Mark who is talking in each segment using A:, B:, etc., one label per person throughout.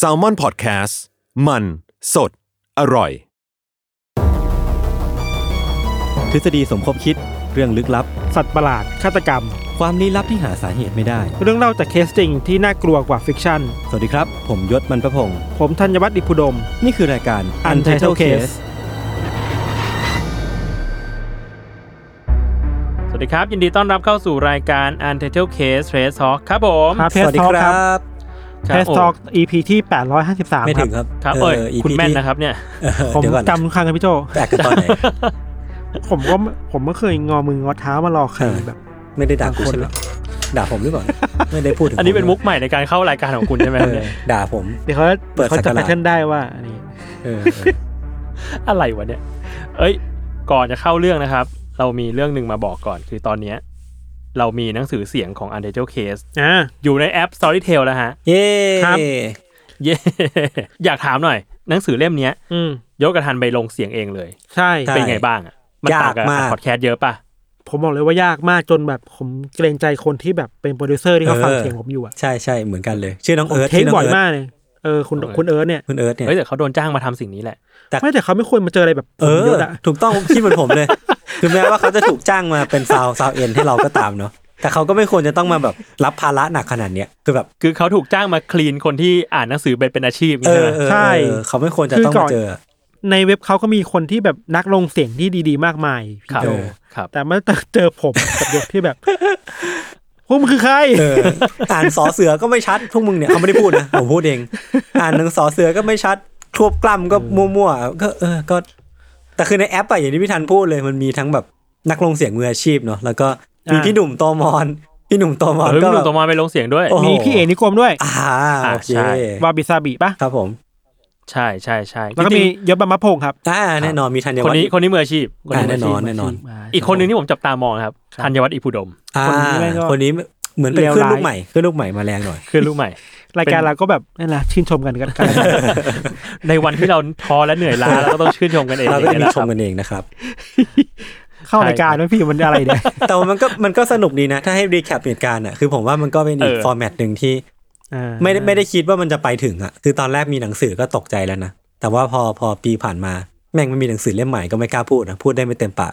A: s a l m o n PODCAST มัน สด อร่อย
B: ทฤษฎีสมคบคิดเรื่องลึกลับ
C: สัตว์ประหลาด ฆาตกรรม
B: ความลี้ลับที่หาสาเหตุไม่ได้
C: เรื่องเล่าจากเคสจริงที่น่ากลัวกว่าฟิกชั่น
B: สวัสดีครับ ผมยศมันประพงศ์
C: ผมธัญวัฒน์อิพุดม
B: นี่คือรายการ Untitled Case
D: สวัสดีครับ ยินดีต้อนรับเข้าสู่รายการ Untitled Case Trace Talk ครับผม
C: ครับ
B: สวัสดีครับ
C: เทสทอ l ก EP ที่ 853
B: ไม่ถึงครับ
D: ครับเอ้ยคุณแม่นนะ
B: ค
D: ครับ รับเนี่ย
B: เออ
C: ผม
B: เดี๋ยวก่อน
C: จำทุกครั้งครับพี่โจ
B: แปลกกันตอนไหน
C: ผมก็ผมก็เคยงอมืองอเท้ามารอใคร
B: เออ
C: แบบ
B: ไม่ได้ด่ากูใช่ไหมด่าผมหรือเปล่าไม่ได้พูดถึง
D: อันนี้เป็น
B: ผ
D: มุกใหม่ในการเข้ารายการของคุณใช่ไหม
B: เอ
D: ครั
B: อ
D: บเนี่ย
B: ด่าผม
C: เดี๋ยวเขา
B: เปิด
C: เขา
B: สั
C: จะ
B: ก
C: แพ
B: ราช
C: ทเทิร์นได้ว่าอันนี้
B: เออเออ
D: อะไรวะเนี่ยเอ้ย ก่อนจะเข้าเรื่องนะครับ เรามีเรื่องหนึ่งมาบอกก่อน คือตอนเนี้ยเรามีหนังสือเสียงของ Untitled Case
C: อ่า
D: อยู่ในแอป Storytel แล้วฮะ
B: เย้
C: ครับ
D: เย้ อยากถามหน่อย หนังสือเล่มเนี้ย
C: อืม
D: ยกกระทันไปลงเสียงเองเลย
C: ใช่
B: ใช่
D: เป็นไงบ้างอะมันต่างกับ
B: ยากมาก
D: พอดแคสต์เยอะป่ะ
C: ผมบอกเลยว่ายากมากจนแบบผมเกรงใจคนที่แบบเป็นโปรดิวเซอร์ที่เขาฟัง
B: เออ
C: เสียงผมอยู่อะ
B: ใช่ใช่เหมือนกันเลย ชื่อน้อง
C: ผม
B: เอิร์ธ
C: เทค
B: ชื่น้ง
C: บ่อย
B: ร์ธ
C: มากเลยเออคุณ
D: เออ
C: คุณเอิร์ธเนี่ย
B: คุณเอิร์ธเนี่ย
D: เฮ้ยแต่เขาโดนจ้างมาทำสิ่งนี้แหละ
C: ไม่แต่เขาไม่ควรมาเจออะไรแบบผ
B: เอ
C: ม
B: อ
C: เยอะอะ
B: ถูกต้องคิดเหมือนผม เลยถึงแม้ว่าเขาจะถูกจ้างมาเป็นซาวซาวเอ็นให้เราก็ตามเนาะแต่เขาก็ไม่ควรจะต้องมาแบบรับภาระหนักขนาดเนี้ยคือแบบ
D: คือเขาถูกจ้างมาคลีนคนที่อ่านหนังสือเป็นเป็นอาชีพ
B: เอ
D: ใช่ไห
B: อ
D: ม
B: เออเออเขาไม่ควรจะต้องมาเจอ
C: ในเว็บเขาก็มีคนที่แบบนักลงเสียงที่ดีๆ มากมายพี่
D: ครับ
C: โจ
B: เออ
D: ครับ
C: แต่ไม่ต้องเจอผม กับเด็กที่แบบพวกมึงคือใคร
B: เอออ่านสอเสือก็ไม่ชัดพวกมึงเนี่ยเขาไม่ได้พูดนะผมพูดเอง อ่านหนังสอเสือก็ไม่ชัดทวบกล้ำก็มั่วๆก็เออก็ แต่คือในแอปอะอย่างที่พี่ทันพูดเลยมันมีทั้งแบบนักลงเสียงมืออาชีพเนาะแล้วก็มี
C: อ่า
B: พี่หนุ่มตอมอนพี่หนุ่มตอมอน
D: เฮ้ย
B: ก็
D: ห
B: แบ
D: นุ่ม
B: บ
D: ตัวมาไปลงเสียงด้วย
B: โอ้โห
C: มีพี่เอนิกรมด้วย
B: อ่าโอเค
D: อ่าใช่
C: วาบิซาบิปะ
B: ครับผม
D: ใช่ใช่ใช่
C: แล้วก็
D: จ
C: มี
D: ริง
C: ยศบัมมะพงษ์ครับ
B: อ่าแน่นอนมีธัญ
D: ๆ
B: วั
D: ค
B: ฒ
D: นนี้
B: น์
D: คนนี้มืออาชีพคนนี้
B: อ่าแน่นอน
D: มืชีพ
B: แน่นอน
D: อีกคนหนึ่งที่ผมจับตามองครับธัญวัฒน์อิพุดม
B: อ่า
C: คนนี้แม่งก็
B: คนนี้เหมือนเป็น
C: เลว
B: ขึ้น
C: ร้าย
B: ลูกใหม่ขึ้นลูกใหม่มาแรงหน่อย
D: คือ รู้ใหม่
C: รายการ
D: เป็น
C: เราก็แบบนั่นแหละชื่นชมกันกันกัน
D: ในวันที่เราท้อและเหนื่อยล้าเราก็ต้องชื่นชมกันเอง
B: เราก็จะมี
D: นะ
B: ชมกันเองนะครับ
C: เข้ารายการด้วยพี่มันอะไรเนี่ย
B: แต่ว่ามันก็มันก็สนุกดีนะ ถ้าให้รีแคปเหตุการณ์อ่ะคือผมว่ามันก็เป็นอีกฟอร์แมตหนึ่งที่
C: อ่า
B: ไม่ได้ไม่ได้คิดว่ามันจะไปถึงอะคือตอนแรกมีหนังสือก็ตกใจแล้วนะ แต่ว่าพอพอปีผ่านมา แม่งมันมีหนังสือเล่มใหม่ก็ไม่กล้าพูดนะ พูดได้ไม่เต็มปาก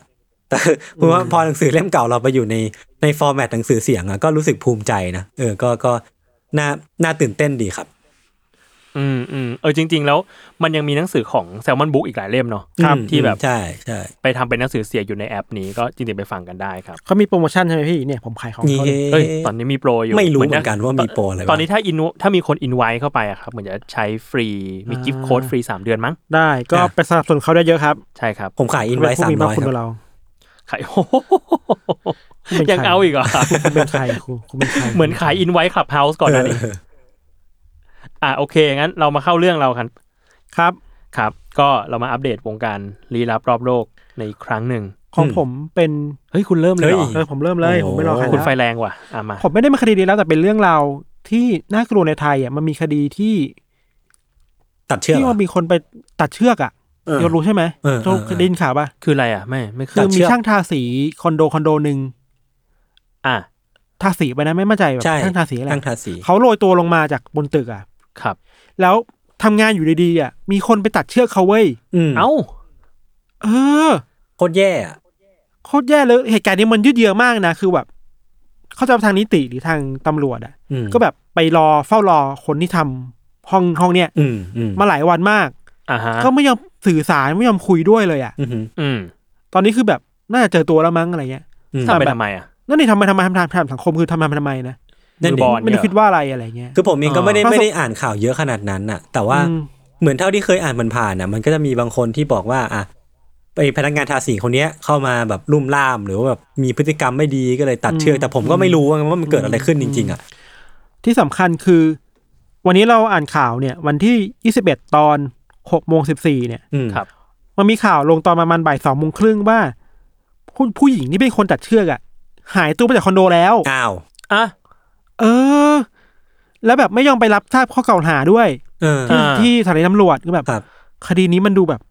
B: แต่เพราะว่าพอหนังสือเล่มเก่าเราไปอยู่ในในฟอร์แมตหนังสือเสียงอะก็รู้สึกภูมิใจนะ เออ ก็ก็น่าน่าตื่นเต้นดีครับ
D: อืมอืมเออจริง ๆ แล้วมันยังมีหนังสือของแซลมอนบุ๊กอีกหลายเล่มเนาะ
B: ครับ
D: ที่แบบ
B: ใช่ใช่
D: ไปทำเป็นหนังสือเสียงอยู่ในแอปนี้ก็จริงๆไปฟังกันได้ครับ
C: เขามีโปรโมชั่นใช่ไหมพี่เนี่ยผมขายของ
B: นี่
C: เขาเลย
D: เอ้ยตอนนี้มีโปรอยู่
B: ไม่รู้เหมือนกันว่ามีโปรอะไร
D: ตอนนี้ถ้าอินถ้ามีคนอินไวเข้าไปอะครับเหมือนจะใช้ฟรีมีกิฟต์โค้ดฟรีสามเดือนมั้ง
C: ได้ก็ไปสนับสนุนเขาได้เยอะครับ
D: ใช่ครับ
B: ผมขายอิน
C: เขา
B: ไว้
C: เป็นผู้
B: สาม
C: มีพ
B: ร้
C: ระ
B: อย
C: คุณ
B: ครั
C: กับบ เราเป็น
D: ขายโอ้โห
C: ใคร
D: ยังเอาอีกเหรอ
C: คุณเป็นใครคุณคุณเป็นใคร
D: เหมือนขายอินไว้คลับเฮาส์ก่อนหน้านี้
B: เออ
D: อ่ะโอเค งั้นเรามาเข้าเรื่องเรากัน
C: ครับ
D: ครับ ก็เรามาอัปเดตวงการลี้ลับรอบโลกในอีกครั้งหนึ่ง
C: ของผมเป็น
D: เฮ้ย คุณเริ่มเลยเหรอ
C: เออผมเริ่มเลยผมไม่รอใคร
D: คุณไฟ
C: แล้ว
D: แรงว่ะอ่ะมา
C: ผมไม่ได้มาคดีนี้แล้วแต่เป็นเรื่องราวที่น่ากลัวในไทยอ่ะมันมีคดีที่
B: ตัดเชือก
C: ที่
B: เหรอ
C: ว่ามีคนไปตัดเชือกอ่ะ
B: เออ
C: โยนรู้ใช่ไหม
B: เออ
C: โจ
B: เออ
C: ไดยินข่าวป่ะ
D: คืออะไรอ่ะ ไม่ไม่
C: คื
D: คือ อ
B: ตัดเชื
C: มี
B: อก
C: ช่างทาสีคอนโดคอนโดหนึ่ง
D: อ่ะ
C: ทาสีไปนะไม่มั่นใจแบบ
B: ใช่
C: ช่างทาสีอะไร
B: ตั้งทาสี
C: เขาโรยตัวลงมาจากบนตึกอ่ะ
D: ครับ
C: แล้วทำงานอยู่ดีๆอ่ะ มีคนไปตัดเชือกเขาเว้ย
B: อืม
D: เอ้า
C: เออ
B: โคตรแย่อะ
C: โคตรแย่เลยเหตุการณ์นี้มันยืดเยื้อมากนะคือแบบเขาจะทางนิติหรือทางตำรวจอ่ะ
B: อืม
C: ก็แบบไปรอเฝ้ารอคนที่ทำห้องห้องเนี้ย
B: อืมอืม
C: มาหลายวันมาก
D: อ่าฮะ
C: ก็ไม่ยอมสื่อสารไม่ยอมคุยด้วยเลยอ่ะ
B: อืมอืม
D: อืม
C: ตอนนี้คือแบบน่าจะเจอตัวแล้วมั้งอะไรเงี้ย
B: อืม
D: ทำไปทำไมอ่ะ
C: นั่นนี่ทำไมทำไมทำไมทำสังคมคือทำไมทำไมนะ
B: นั่น
D: มื
B: เอ
D: อบ
B: ง
D: อล
C: ไม่ได้คิดว่าอะไรอะไรเงี้ย
B: คือผมเองก็ไม่ได้
C: อ่า
B: ไม่ได้อ่านข่าวเยอะขนาดนั้นน่ะ แต่ว่า
C: อืม
B: เหมือนเท่าที่เคยอ่านมันผ่านน่ะ มันก็จะมีบางคนที่บอกว่าอ่ะไปพนักงานทาสีคนเนี้ยเข้ามาแบบลุ่มล่าม หรือว่าแบบมีพฤติกรรมไม่ดีก็เลยตัดเชือกแต่ผมก็ไม่รู้ว่ามันเกิดอะไรขึ้นจริง ๆ อ่ะ
C: ที่สำคัญคือ วันนี้เราอ่านข่าวเนี่ย วันที่ 21 ตอน6โมง14เนี่ย
B: อืม
D: ครับ
C: มันมีข่าวลงตอนประมาณบ่ายสองโมงครึ่งว่าผู้ผู้หญิงที่เป็นคนตัดเชือกอะหายตัวไปจากคอนโดแล้ว
B: อ้าว
D: อ่ะ
C: เออ แล้วแบบไม่ยอมไปรับทราบข้อกล่าวหาด้วย
B: เออ
C: ที่
D: อ่า
C: ที่สถานีตำรวจก็แบบ
B: ครับ
C: คดีนี้มันดูแบบ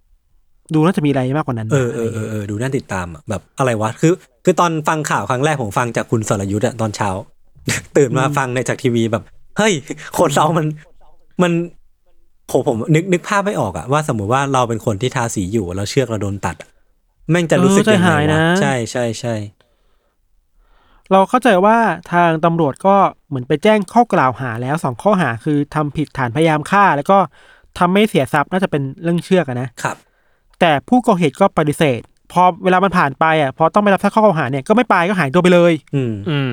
C: ดูน่าจะมีอะไรมากกว่านั้น
B: เออเออเออเออดูน่าติดตามอะแบบอะไรวะคือ คือตอนฟังข่าวครั้งแรกผมฟังจากคุณสรยุทธ์อะตอนเช้า ตื่นมาฟังในจากทีวีแบบ เฮ้ยคนเรามันมันโหผมนึกนึกภาพไม่ออกอะว่าสมมุติว่าเราเป็นคนที่ทาสีอยู่แล้วเชือกเราโดนตัดอะแม่งจะรู้สึก
C: เออใจ
B: ยังไง
C: หาย
B: นะ
C: นะ
B: ใช่ใช่ใช่
C: เราเข้าใจว่าทางตำรวจก็เหมือนไปแจ้งข้อกล่าวหาแล้วสองข้อหาคือทำผิดฐานพยายามฆ่า แล้วก็ทำไม่เสียทรัพย์น่าจะเป็นเรื่องเชือกอะนะ
B: ครับ
C: แต่ผู้ก่อเหตุก็ปฏิเสธ พอเวลามันผ่านไปอ่ะพอต้องไปรับทราบข้อกล่าวหาเนี่ยก็ไม่ไปก็หายตัวไปเลย
B: อืม
D: อืม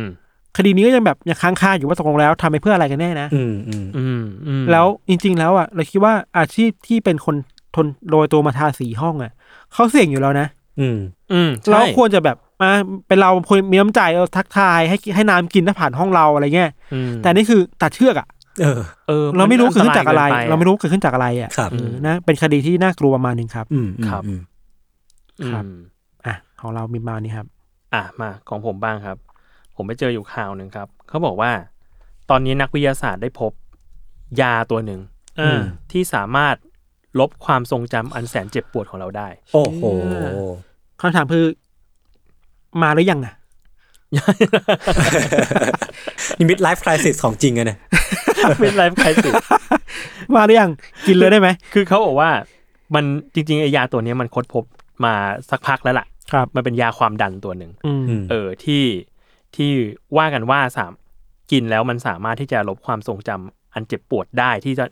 C: คดีนี้ก็ยังแบบยังค้างคาอยู่ว่าตกลงแล้วทำไปเพื่ออะไรกันแน่นะ
B: อืมอืม
D: อืมอืม
C: แล้วจริง ๆ แล้วอ่ะเราคิดว่าอาชีพที่เป็นคนทนโรยตัวมาทาสีห้องอ่ะเขาเสี่ยงอยู่แล้วนะ
B: อืม
D: อืม
C: เรา
D: ใช่
C: ควรจะแบบมาเป็นเราควรมีน้ำใจเราทักทายให้ให้น้ำกินถ้าผ่านห้องเราอะไรเงี้ย
D: อืม
C: แต่นี่คือตัดเชือกอ่ะ
B: เออ
D: ออ
C: เราไม่รู้เกิดขึ้นจากอะไร
D: นตย
C: เราไม่รู้เกิดขึ้นจากอะไรอ่ะ
B: ครับ
C: เออนะเป็นคดีที่น่ากลัวประมาณหนึ่งครับ
B: อืม
D: ครับ
B: อืม
D: อืม
C: ครับ อ่ะของเรามีประมาณนี้ครับ
D: อ่ะมาของผมบ้างครับ ผมไปเจออยู่ข่าวหนึ่งครับเขาบอกว่า ตอนนี้นักวิทยาศาสตร์ได้พบ ยาตัวหนึ่ง
C: อืม
D: ที่สามารถลบความทรงจำอันแสนเจ็บปวดของเราได้
B: โอ้โห
C: คำถามคือมาหรือยังอ่ะ
B: นี่มิดไลฟ์คริสิสของจริงอะเนี่ย
D: เป็นไลฟ์ใครสิ
C: มาหรือยังกินเลยได้ไหม
D: คือเขาบอกว่า มันจริงๆไอยาตัวเนี้ยมันค้นพบมาสักพักแล้วล่ะ
C: ครับ
D: มันเป็นยาความดันตัวหนึ่ง
C: อืม
B: อืม
D: เออที่ที่ว่ากันว่าสามกินแล้วมันสามารถที่จะลบความทรงจำอันเจ็บปวดได้ที่จะ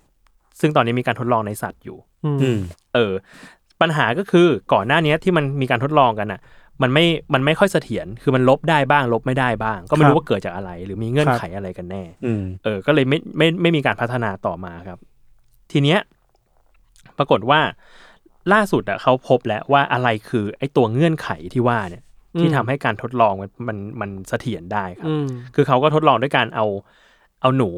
D: ซึ่งตอนนี้มีการทดลองในสัตว์อยู่
C: อืม
B: อืม
D: เออ ปัญหาก็คือก่อนหน้าเนี้ยที่มันมีการทดลองกันอ่ะ มันไม่มันไม่ค่อยเสถียรคือมันลบได้บ้าง ลบไม่ได้บ้าง ก็ไม่รู้ว่าเกิดจากอะไร หรือมีเงื่อนไขอะไรกันแน่
B: อืม
D: เออ ก็เลยไม่ไม่ไม่มีการพัฒนาต่อมาครับ ทีเนี้ยปรากฏว่าล่าสุดอะเขาพบแล้วว่าอะไรคือไอ้ตัวเงื่อนไขที่ว่าเนี่ย ที่ทำให้การทดลองมันมันมันเสถียรได้ครับ
C: อืม
D: คือเขาก็ทดลองด้วยการเอาเอาหนู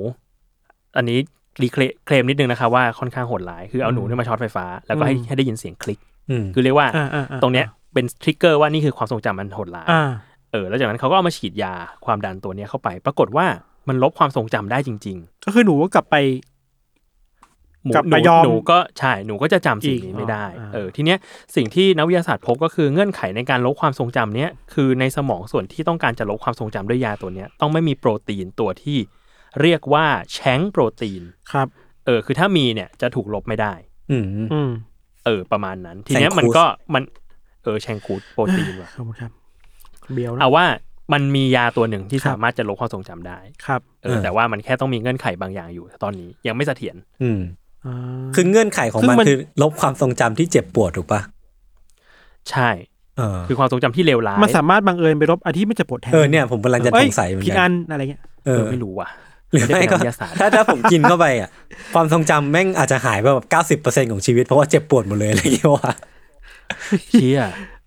D: อันนี้รีเคลเคลมนิดนึงนะคะว่าค่อนข้างโหดร้าย คือเอาหนูเนี่ยมาช็อตไฟฟ้า แล้วก็ให้ให้ได้ยินเสียงคลิก
B: อืม
D: คือเรียกว่า
C: อ่าอ่าอ่า
D: ตรงเนี้ยเป็นทริกเกอร์ว่านี่คือความทรงจำมันโหดร้าย
C: อ่า
D: เออแล้วจากนั้นเขาก็เอามาฉีดยาความดันตัวเนี้ยเข้าไป ปรากฏว่ามันลบความทรงจำได้จริง
C: ก็คือหนูก็กลับไป
D: ๆหมู
C: กลับ
D: ห
C: มา
D: นู
C: ยอม
D: หนูก็ใช่หนูก็จะจำสิ่ง
C: อี
D: นี้
C: ก
D: ไม่ได้
C: อ่า
D: เออทีเนี้ยสิ่งที่นักวิทยาศาสตร์พบก็คือเงื่อนไขในการลบความทรงจำเนี้ยคือในสมองส่วนที่ต้องการจะลบความทรงจำด้วยยาตัวเนี้ยต้องไม่มีโปรตีนตัวที่เรียกว่าแชงโปรตีน
C: ครับ
D: เออคือถ้ามีเนี่ยจะถูกลบไม่ได้
B: อืม
C: อืม
D: เออประมาณนั้น ทีเนี้ยมันก็มันเออแชงคูดโปรตีน ว่ะ
C: ขอบคุณครับ เบียวนะ
D: เอาว่ามันมียาตัวหนึ่งที่
C: ครับ
D: สามารถจะลบความทรงจำได้
C: ครับ
D: เออ
B: เออ
D: แต่ว่ามันแค่ต้องมีเงื่อนไขบางอย่างอยู่ ตอนนี้ยังไม่เสถียร
B: อืม
C: อ่า
B: คือเงื่อนไขของ
C: ซึ่ง
B: มัน
C: มัน
B: คือลบความทรงจำที่เจ็บปวดถูกปะ
D: ใช่
B: เออ
D: คือความทรงจำที่เลวร้าย
C: มันสามารถบังเอิญไปลบอันที่ไม่เจะปวดแทน
B: เออเนี่ยผมกำลังจะ
C: เอ้
B: ส
C: ย
B: งสัยเหมือน
C: ผิด
B: กั
C: อั
B: น
C: นอะไรเงี้ย
B: เอ
D: เออ
B: อ
D: ไม่รู้ว่ะ
B: หรือไม่
D: ด้เป็น
B: ก็
D: นัวิทยาศาสตร์
B: ถ้าถ้าผมกินเข้าไปอ่ะ ความทรงจำแม่งอาจจะหายไปแบบเก้าสิบเปอร์เซ็นของชีวิตเพราะว่าเจ็บปวดหมดเลยอะไรอย่างเงี้ยว่ะ
D: เชี่ย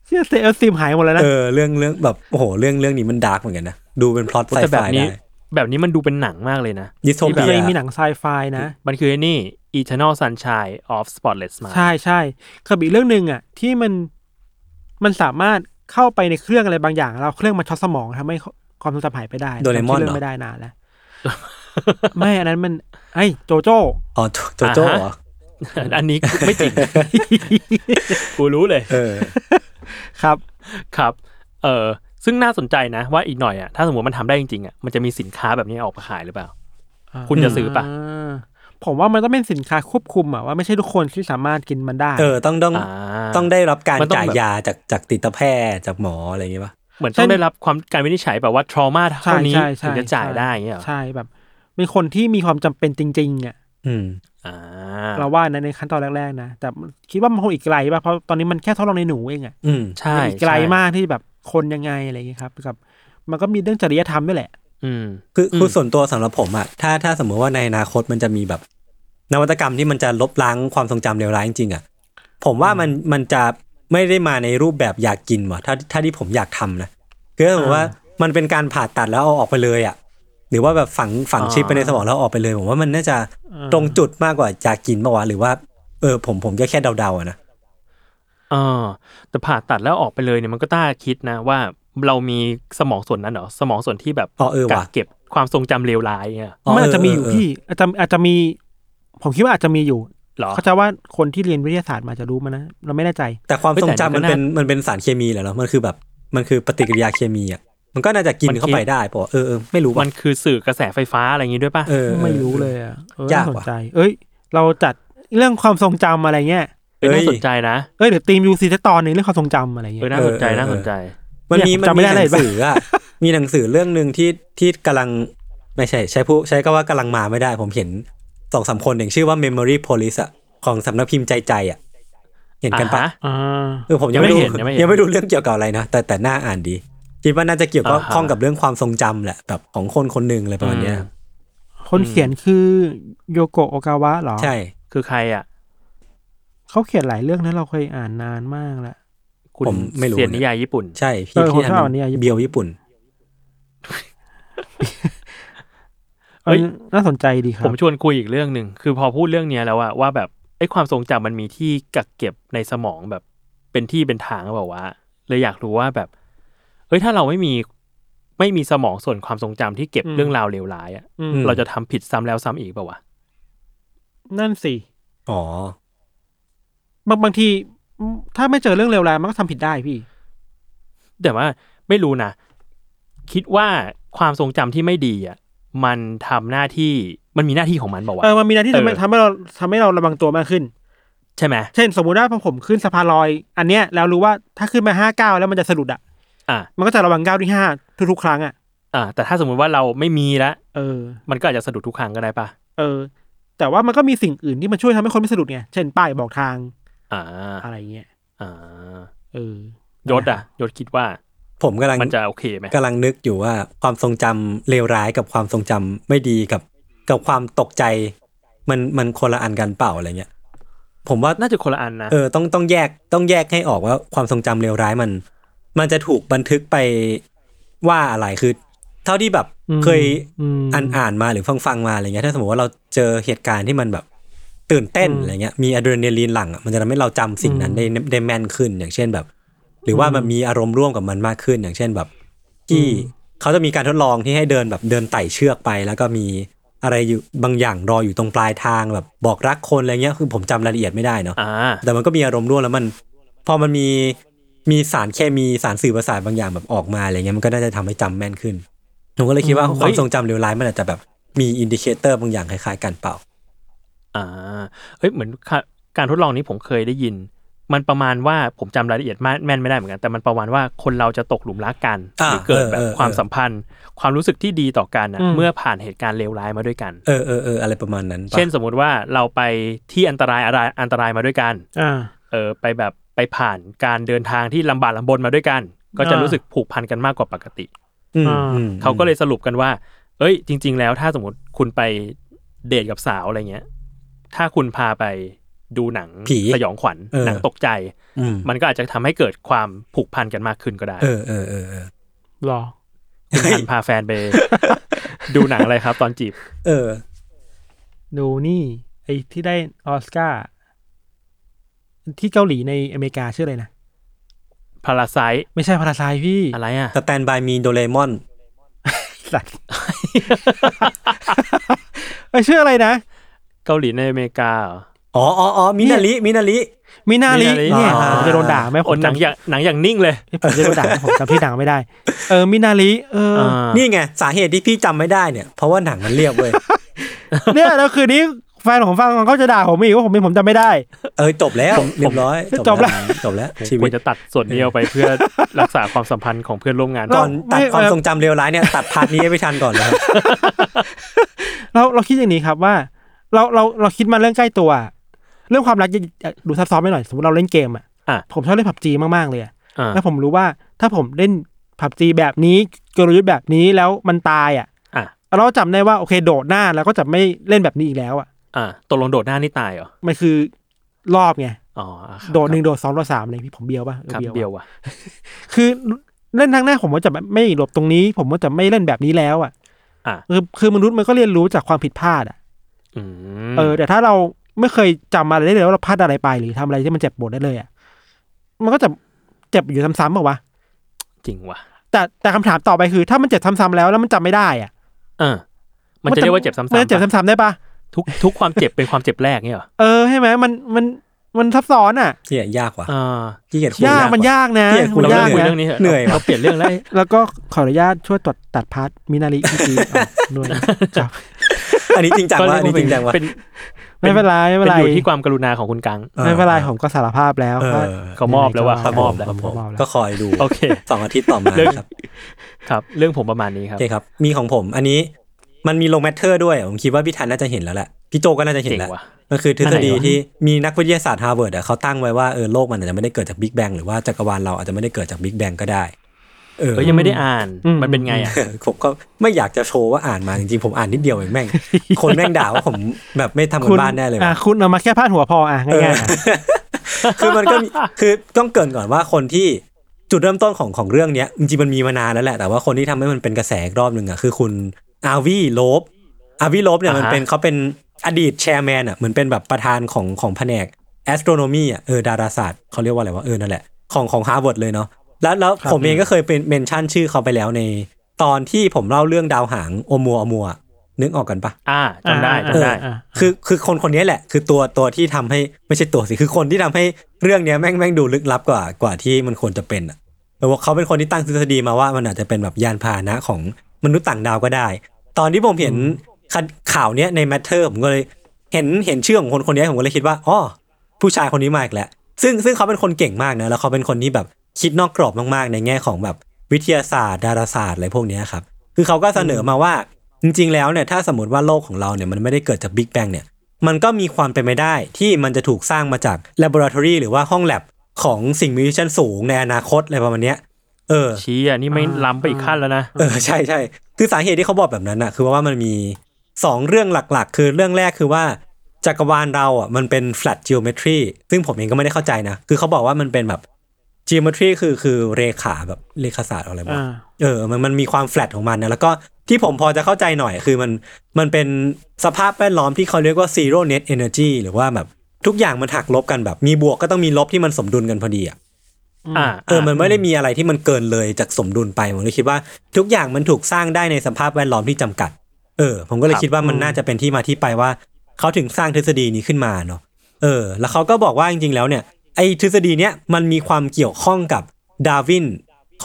C: เชื่อเซลซิมหายหมดแล้วนะ
B: เออเรื่องเรื่องแบบโอ้โหเรื่องเรื่องนี้มันดาร์กเหมือนกันนะดูเป็นพล็อตไซ
D: แต่
B: ไฟ
D: แบบนี้
B: ได้
D: แบบนี้มันดูเป็นหนังมากเลยนะ
B: Dystopia
D: ที่แบบ
C: เคยมีหนังไซไฟนะ
D: มันคือไอ้นี่ Eternal Sunshine of Spotless Mind
C: ใช่ใช่กับอีกเรื่องหนึ่งอ่ะ ที่มันมันสามารถเข้าไปในเครื่องอะไรบางอย่าง เราเครื่องมาช็อตสมองทำให้ความทรงจำหายไปได้
B: โดเรมอน
C: จำชื่
B: เหรอ
C: เรื่องไม่ได้นานแล้ว ไม่อันนั้นมันไอ้ยโจโจ้
B: อ๋อโจโจโจ้เหรอ
D: อันนี้ไม่จริง กูรู้เลย
B: เออ
C: ครับ
D: ครับ เออซึ่งน่าสนใจนะว่าอีกหน่อยอ่ะถ้าสมมติมันทำได้จริงๆอ่ะมันจะมีสินค้าแบบนี้ออกมาขายหรือเปล่า คุณจะซื้อปะ
C: าผมว่ามันต้องเป็นสินค้าควบคุมอะว่าไม่ใช่ทุกคนที่สามารถกินมันได้
B: เออต้องต้อง
D: อ่า
B: ต้องได้รับการ
D: มันต้อง
B: จ่าย
D: แบบ
B: ยาจากจากติตแพทย์จากหมออะไรอย่างเงี้ยป่ะ
D: เหมือนต้องได้รับความการวินิจฉัยแบบว่าทรมาเท่านี้
C: ใช่ใช่
D: ถึงจะจ่าย
C: ใช่
D: ได้อย่างเงี้ยเหรอ
C: ใช่แบบเป็นคนที่มีความจำเป็นจริงๆอ่ะ
B: อืม
D: อ่า
C: เราว่านะในขั้นตอนแรกๆนะแต่คิดว่ามันคงอีกไกลป่ะเพราะตอนนี้มันแค่ทดลองในหนูเองอ่ะ
B: อืม
D: ใช่
C: มันอีกไกล
D: ใช่
C: มากที่แบบคนยังไงอะไรอย่างเงี้ยครับกับ มันก็มีเรื่องจริยธรรมด้วยแหละ
D: อืม
B: คือ
D: อืม
B: คือส่วนตัวสำหรับผมอะถ้าถ้าสมมติว่าในอนาคตมันจะมีแบบ นวัตกรรมที่มันจะลบล้างความทรงจำเลวร้ายจริงๆอะผมว่ามันมันจะไม่ได้มาในรูปแบบอยากกินว่ะถ้าถ้าที่ผมอยากทำนะคือถ้าสมมติว่ามันเป็นการผ่าตัดแล้วเอาออกไปเลยอะหรือว่าแบบฝังฝัง
D: อ่า
B: ชิปไปในสมองแล้วเอาออกไปเลย ผมว่ามันน่าจะ
C: อ่
B: ตรงจุดมากกว่าจากกินมากกว่าหรือว่า เออผมผมก็แค่เดาๆอะนะ
D: เออแต่ผ่าตัดแล้วออกไปเลยเนี่ยมันก็ต้าคิดนะว่าเรามีสมองส่วนนั้นเหรอสมองส่วนที่แบบ
B: อ๋อเออ
D: กั
B: ว่ะ
D: กเก็บความทรงจำเลวร้ายเนี่ย
B: อ๋อ
C: มันอาจจะมีอยู่
B: เออเออ
C: พี่อาจจะอาจจะมี ผมคิดว่าอาจจะมีอยู่
D: เหรอ
C: เขาใจะว่าคนที่เรียนวิทยาศาสตร์มาจะรู้มานะ เราไม่แน่ใจ
B: แต่ความ
D: เฮ้ย
B: ทรง
D: แต่
B: จำมันเป็น
D: แต่ก็น่ามั
B: มันเป็นสารเคมีเหรอเนอะมันคือแบบมันคือปฏิกิริยาเคมีอ่ะมันก็น่าจะกิน
D: มันคิด
B: เข้าไปได้ป่ะเออเออไม่รู้
D: มั
B: ว่ะ
D: นคือสื่อกระแสไฟฟ้าอะไรอย่างงี้ด้วยป่ะ
B: เออ
C: ไม่รู้เลยอ่ะเออย
B: าก
C: น่าส
B: ว่ะ
C: นใจ เอ้ย เราจัดเรื่องความทรงจำอะไรเงี้ย
D: เออ
B: เอ้ย
D: น่าสนใจนะ
C: เอ้ยเดี๋ยวตีมยูซีจะตอนหนึงเรื่องความทรงจำอะไร
D: เอ
C: เงี้
D: อย น่าสนใจ
B: เออเออ
D: น่าสนใจ
B: มันมี
C: เนี่ย
B: มัน
C: ผมจำไม่
B: มี
C: ได้
B: ห
C: เล
B: นั
C: ย
B: งสืออ่ะ มีหนังสือเรื่องหนึ่งที่ที่กำลังไม่ใช่ ใช้ผู้ใช้ก็ว่ากำลังมาไม่ได้ ผมเห็นสองสามคนเองชื่อว่า Memory Police อ่ะของสำนักพิมพ์ใจใจอ่ะ เห็นกันปะ
D: อ่าฮะ
C: อ่า
B: เออผมยังไม่รู้
D: ยังไม่เห็นยัง
B: ยัง
D: ไม่เห็น
B: ไม่รู้เรื่องเกี่ยวกับอะไรนะแต่แต่น่าอ่านดีคิดว่าน่าจะเกี่ยวกับ
D: อ่าฮะ
B: ข้องกับเรื่องความทรงจำแหละแบบของคนคนหนึ่งอะไรประมาณเนี้ยครับ
C: คนเขียนคือโยโกะโอกาวะเหรอ
B: ใช่
D: คือใครอ่ะ
C: เขาเขียนหลายเรื่องนะเราเคยอ่านนานมากแล้ว
D: คุณ
B: ผมไม่รู้
D: เสียนนิยายญี่ปุ่น
B: ใช่
C: เอ
B: พี่
C: อ
B: ที่
C: ผมชอบอันนี้อ่ะ
B: เบียวญี่ปุ่น
C: เอ้ยน่าสนใจดีครั
D: ผ
C: บ
D: มชวนคุยอีกเรื่องหนึ่งคือพอพูดเรื่องเนี้ยแล้วอะว่าแบบไอ้ความทรงจำมันมีที่กักเก็บในสมองแบบ เป็นที่เป็นทางหรือเปล่าวะเลยอยากรู้ว่าแบบเฮ้ยถ้าเราไม่มีไม่มีสมองส่วนความทรงจำที่เก็บเรื่องราวเลวร้ายอะ
C: อืม
B: ม
D: เราจะทำผิดซ้ำแล้วซ้ำอีกเปล่าวะ
C: นั่นสิ
B: อ๋อ
C: บางบางทีอืมถ้าไม่เจอเรื่องเลวร้ายมันก็ทำผิดได้พี่
D: แต่ว่าไม่รู้นะคิดว่าความทรงจำที่ไม่ดีอะมันทำหน้าที่มันมีหน้าที่ของมันเปล่าวะ
C: เออมันมีหน้าที่ทำให้
D: เออ
C: ทำให้เราทำให้เราระวังตัวมากขึ้น
D: ใช่ไหม
C: เช่น สมมุติว่าพอผมขึ้นสะพานลอย อันเนี้ยแล้วรู้ว่าถ้าขึ้นมาห้าเก้าวแล้วมันจะสะดุดอ่ะ
D: อ่ะ
C: มันก็จะระวังก้าวที่ห้าทุกๆครั้งอ่ะ
D: อ่ะแต่ถ้าสมมุติว่าเราไม่มีละ
C: เออ
D: มันก็อาจจะสะดุดทุกครั้งก็ได้ปะ
C: เออ แต่ว่ามันก็มีสิ่งอื่นที่มันช่วยทำให้คนไม่สะดุดไงเช่นป้ายบอกทาง
D: อ่า
C: อะไรเงี้ย
D: อ่า
C: เออย
D: ศอ่ะยศคิดว่า
B: ผมกำลัง
D: มันจะโอเคไหม
B: กำลังนึกอยู่ว่าความทรงจำเลวร้ายกับความทรงจำไม่ดีกับ กับความตกใจ มันมันคนละอันกันเปล่าอะไรเงี้ยผมว่า
D: น่าจะคนละอันนะ
B: เออต้องต้องแยกต้องแยกให้ออกว่าความทรงจำเลวร้ายมัน มันจะถูกบันทึกไปว่าอะไรคือ เท่าที่แบบเคย
C: ม
B: อ่านอ่านมาหรือฟังฟังมาอะไรเงี้ยถ้าสมมติว่าเราเจอเหตุการณ์ที่มันแบบตื่นเต้นอะไรเงี้ยมีอะดรีนาลีนหลั่งอะมันจะทำให้เราจำสิ่งนั้นได้ได้แม่นขึ้นอย่างเช่นแบบ หรือว่ามันมีอารมณ์ร่วมกับมันมากขึ้น อย่างเช่นแบบ ที่เขาจะมีการทดลองที่ให้เดินแบบเดินไต่เชือกไป แล้วก็มีอะไรอยู่บางอย่างรออยู่ตรงปลายทางแบบบอกรักคนอะไรเงี้ยคือผมจำรายละเอียดไม่ได้เนาะ
D: อ่า
B: แต่มันก็มีอารมณ์ร่วมแล้วมัน พอมันมีมีสารเคมีสารสื่อประสาทบางอย่างแบบออกมาอะไรเงี้ยมันก็น่าจะทำให้จำแม่นขึ้นผมก็เลยคิดว่า
D: อืม
B: ความทรงจำเลวร้ายมันอาจจะแบบมีอินดิเคเตอร์บางอย่างคล้ายๆกันเปล่า
D: อ่าเอ้ยเหมือนค่ะการทดลองนี้ผมเคยได้ยิน มันประมาณว่าผมจำรายละเอียดมากแม่นไม่ได้เหมือนกันแต่มันประมาณว่าคนเราจะตกหลุมรักกัน
B: อ่า
D: หรือเกิดแบ
B: เอบ อเออ
D: ความสัมพันธ์ ความรู้สึกที่ดีต่อกันนะเมื่อผ่านเหตุการณ์เลวร้ายมาด้วยกัน
B: เออเออเอออะไรประมาณนั้นปะ
D: เช่นสมมุติว่าเราไปที่อันตรายอะไรอันตรายมาด้วยกัน
C: อ่า
D: เออไปแบบไปผ่านการเดินทางที่ลำบากลำบนมาด้วยกัน ก็จะ
C: อ่ารู้
D: รู้สึกผูกพันกันมากกว่าปกติ
B: อืม
C: อ่า
B: อืม
D: เขาก็เลยสรุปกันว่า เอ้ย จริง ๆ แล้วถ้าสมมติคุณไปเดทกับสาวอะไรเงี้ย ถ้าคุณพาไปดูหนังสยองขวัญ หนังตกใจ
B: อืม
D: มันก็อาจจะทำให้เกิดความผูกพันกันมากขึ้นก็ได้
B: เออเออเออเออ
C: หรอ
D: คุณทันพาแฟนไป ดูหนังอะไรครับ ตอนจีบ
B: เออ
C: ดูนี่ ไอ้ที่ได้ออสการ์ที่เกาหลีในอเมริกาชื่ออะไรนะ
D: พาราไซ
C: ไม่ใช่พาราไซพี่
D: อะไรอ่ะ
B: สแตนบายมีโดเรมอน
C: สัตว์ ไอยชื่ออะไรนะ
D: เกาหลีในอเมริกาเหรอ
B: อ๋ออ๋ออ๋อมินาลิมินาลิ
C: มินาลิ
D: มินาริ
C: เนี่ย
B: อ่า
C: ผมจะโดนด่าไหมผ
D: โอ้
C: ม
D: หนัง
C: จำ
D: อย่างหนังอย่างนิ่งเลย
C: เอ้ยผมจะโดนด่าไหมผมจำที่หนังไม่ได้ เออมินาลิเออ
D: อ่า
B: นี่ไง สาเหตุที่พี่จำไม่ได้เนี่ย เพราะว่าหนังมันเรียบเว้ย
C: เนี่ยแล้วคืนนี้แฟนของฟังก็จะด่าผมอีกว่าผมเป็นผมจำไม่ได้
B: เออจบแล้วเรียบร้อย
C: จบแล้ว
B: จบแล้วชี
D: ค
B: วิ
D: ว
B: ต
D: รจะตัดส่วนนี้ออกไปเพื่อรักษาความสัมพันธ์ของเพื่อนร่วมงาน
B: ก่
D: ก่
B: อ
D: อน น
B: ตัด
C: ไม่
B: ความ
C: เออ
B: ทรงจำเลวร้ายเนี่ย ตัดพาร์ทนี้ให้ไปทันก่อนเลยครับ
C: เราเราคิดอย่างนี้ครับว่า เราเราเราคิดมาเรื่องใกล้ตัว เรื่องความรักจะจะดูซับซ้อนไปหน่อยสมมติเราเล่นเกมอ่ะ
D: อ่ะ
C: ผมชอบเล่นผับจีมากๆเลยอะ
D: อ่า
C: แล้วผมรู้ว่าถ้าผมเล่นผับจีแบบนี้กลยุทธ์แบบนี้แล้วมันตายอ่ะ
D: อ่ะ
C: เราจำได้ว่าโอเคโดดหน้าแล้วก็จะไม่เล่นแบบนี้อีกแล้วอ่ะ
D: อ่ะตกลงโดดหน้านี่ตายเหรอ
C: มันคือรอบไง
D: อ๋ออ่ะครับ
C: โดดหนึ่งโดดสองโดดสามเลยพี่ผมเบียวป่ะออ
D: ครับ
C: ปะ
D: เบียวว่ะ
C: คือเล่นทางหน้าผมว่าจะไม่หลบตรงนี้ ผมว่าจะไม่เล่นแบบนี้แล้วอ่ะ
D: อ่ะ
C: คือคือมนุษย์มันก็เรียนรู้จากความผิดพลาดอ่ะ
D: อืม
C: เออแต่ถ้าเราไม่เคยจำอะไรได้เลยว่าเราพลาดอะไรไปหรือทำอะไรที่มันเจ็บปวดได้เลยอ่ะมันก็จะเจ็บอยู่ซ้ำๆป่าวะ
D: จริงว่ะ
C: แต่แต่คำถามต่อไปคือ ถ้ามันเจ็บซ้ำๆแล้วแล้วมันจำไม่ได้อ่ะ
D: เออ มันจะเรียกว่าเจ็บซ้ำๆ
C: มันจะเจ็บ
D: ปะ
C: ซ้ำๆได้ปะ
D: ทุกทุกความเจ็บเป็นความเจ็บแรกเนี่ยเหรอ
C: เออใช่ไหมมันมันมันซับซ้อนอ่ะ
B: เหียยากว่ะ
D: อ่า
B: ขี้เกียจคุ
C: ยาก
B: ว่ะ
C: มันยากนะ
B: เกลียดกู
C: มัน
D: เราเลิ
C: ยาก ก
D: คุย
C: นะ
D: เรื่องนี้เถอะ
B: เหนื่อย
D: เราเปลี่ยนเรื่องแล้ว
C: แล้วก็ขออนุญาตช่วยตัดตัดพาร์ทมินาริอีก ทีอ่ะด้วยนะครับ
B: อันนี้จริงจังวะอันนี้จริงจังวะ
D: เป็น
C: ไม่เป็นไรไม่เป็น
D: เป็น
C: ไร
D: อยู่ที่ความกรุณาของคุณกัง
C: ไม่เป็นไรผมก็สารภาพแล้ว
B: เออ
C: ว่า
D: เขามอบแล้วว่ะ
C: ยังไงก็
D: เขามอบแล้ว
C: ผมก็มอบแล้ว
B: ก็คอยดู
D: โอเค
B: สองอาทิตย์ต่อมา
D: เรื่อง
B: ครับ
D: ครับ เรื่องผมประมาณนี้ค
B: โอ
D: รับ
B: เคครับ มีของผม อันนี้มันมีลงแมทเทอร์ด้วย ผมคิดว่าพี่ทันน่าจะเห็นแล้วแหละ พี่โจก็น่าจะเห็น
D: เจ๋ง
B: แล้ว
D: ว่ะ
B: มันคือทฤษฎี
D: อันไหนวะ
B: ที่มีนักวิทยาศาสตร์ฮาร์วาร์ดอะเขาตั้งไว้ว่าเออโลกมันอาจจะไม่ได้เกิดจากบิ๊กแบงหรือว่าจักรวาลเราอาจจะไม่ได้เกิดจากบิ๊กแบงก็ได้ เออ
D: เอ้ยยังไม่ได้อ่าน
C: อืม
D: มันเป็นไงอ่ะ
B: ผมก็ไม่อยากจะโชว์ว่าอ่านมาจริงๆผมอ่านนิดเดียวเองแม่ง คนแม่งด่าว่าผมแบบไม่ทำกั
C: คุณ
B: นบ้านแน่เลย
C: อ่ะ
B: ว่ะ
C: คุณเอามาแค่พาดหัวพออ่ะง่ายๆอ่ะ
B: คือมันก็มีคือต้องเกรินก่อนว่าคนที่จุดเริ่มต้นของของเรื่องเนี้ยจริงๆมันมีมานานแล้วแหละ แต่ว่าคนที่ทำให้มันเป็นกระแสอีกรอบหนึ่งอ่ะคือคุณอาวีโลบอาวีโลบเนี่ย
D: อ่าฮะ
B: มันเป็นเขาเป็นอดีตแชร์แมนอ่ะเหมือนเป็นแบบประธานของของแผนก a s t r o n o m y อ่ะเออดาราศาสตร์เขาเรียกว่าอะไรวะเออนั่นแหละของของฮาร์วาร์ดเลยเนาะแล้วแล้ว
C: ครับ
B: ผมเองก็เคยเป็นเมนชั่นชื่อเขาไปแล้วใน ตอนที่ผมเล่าเรื่องดาวหางโอมัวโอมัวนึกออกกันปะ
D: อ่าจำได้
C: อ่ะ
D: จำได้
C: อ่ะ
B: คือคือคนคนนี้แหละ คือตัวตัวที่ทำให้ไม่ใช่ตัวสิคือคนที่ทำให้เรื่องเนี้ยแม่งแม่งดูลึกลับกว่ากว่าที่มันควรจะเป็นอ่ะแต่ว่าเขาเป็นคนที่ตั้งทฤษฎีมาว่ามันอาจจะเป็นแบบยานพาหนะของมนุษย์ต่างดาวก็ได้ ตอนที่ผมเห็นข่าข่าวเนี้ยในแมทเทอร์ผมก็เลยเห็นเห็นชื่อของคนคนนี้ผมก็เลยคิดว่าอ๋อผู้ชายคนนี้มาอีกแล้วซึ่งซึ่งเขาเป็นคนเก่งมากนะแล้วเขาเป็นคนที่แบบคิดนอกกรอบมากๆ ในแง่ของแบบวิทยาศาสตร์ ดาราศาสตร์อะไรพวกเนี้ยครับ คือเขาก็เสนอมาว่าจริง ๆ แล้วเนี่ยถ้าสมมติว่าโลกของเราเนี่ยมันไม่ได้เกิดจากบิ๊กแบงเนี่ยมันก็มีความเป็นไปได้ที่มันจะถูกสร้างมาจาก laboratory หรือว่าห้องแลบของสิ่งมีชีวิตชั้นสูงในอนาคตอะไรประมาณเนี้ยเออ
D: ชี้อ่ะนี่ไม่ล้ำไปอีกขั้นแล้วนะ
B: เออใช่ใช่คือสาเหตุที่เขาบอกแบบนั้นน่ะ คือว่ามันมีสองเรื่องหลักๆ คือเรื่องแรกคือว่าจักรวาลเราอ่ะมันเป็น flat geometry ซึ่งผมเองก็ไม่ได้เข้าใจนะ คือเขาบอกว่ามันเป็นแบบ geometry คือคือเรขาแบบเรขาศาสตร์อะไรบ้า
C: อ่ะ
B: เออมันมันมีความ flat ของมันนะแล้วก็ที่ผมพอจะเข้าใจหน่อยคือมันมันเป็นสภาพแวดล้อมที่เขาเรียกว่า zero net energy หรือว่าแบบทุกอย่างมันหักลบกันแบบ มีบวกก็ต้องมีลบที่มันสมดุลกันพอดีอ่ะ
D: อ่า
B: เออ มันไม่ได้มีอะไรที่มันเกินเลยจากสมดุลไป ผมเลยคิดว่าทุกอย่างมันถูกสร้างได้ในสภาพแวดล้อมที่จำกัด เออ ผมก็เลยคิดว่ามันน่าจะเป็นที่มาที่ไปว่าเขาถึงสร้างทฤษฎีนี้ขึ้นมาเนาะ เออ แล้วเขาก็บอกว่าจริงๆแล้วเนี่ย ไอ้ทฤษฎีเนี้ยมันมีความเกี่ยวข้องกับดาร์วิน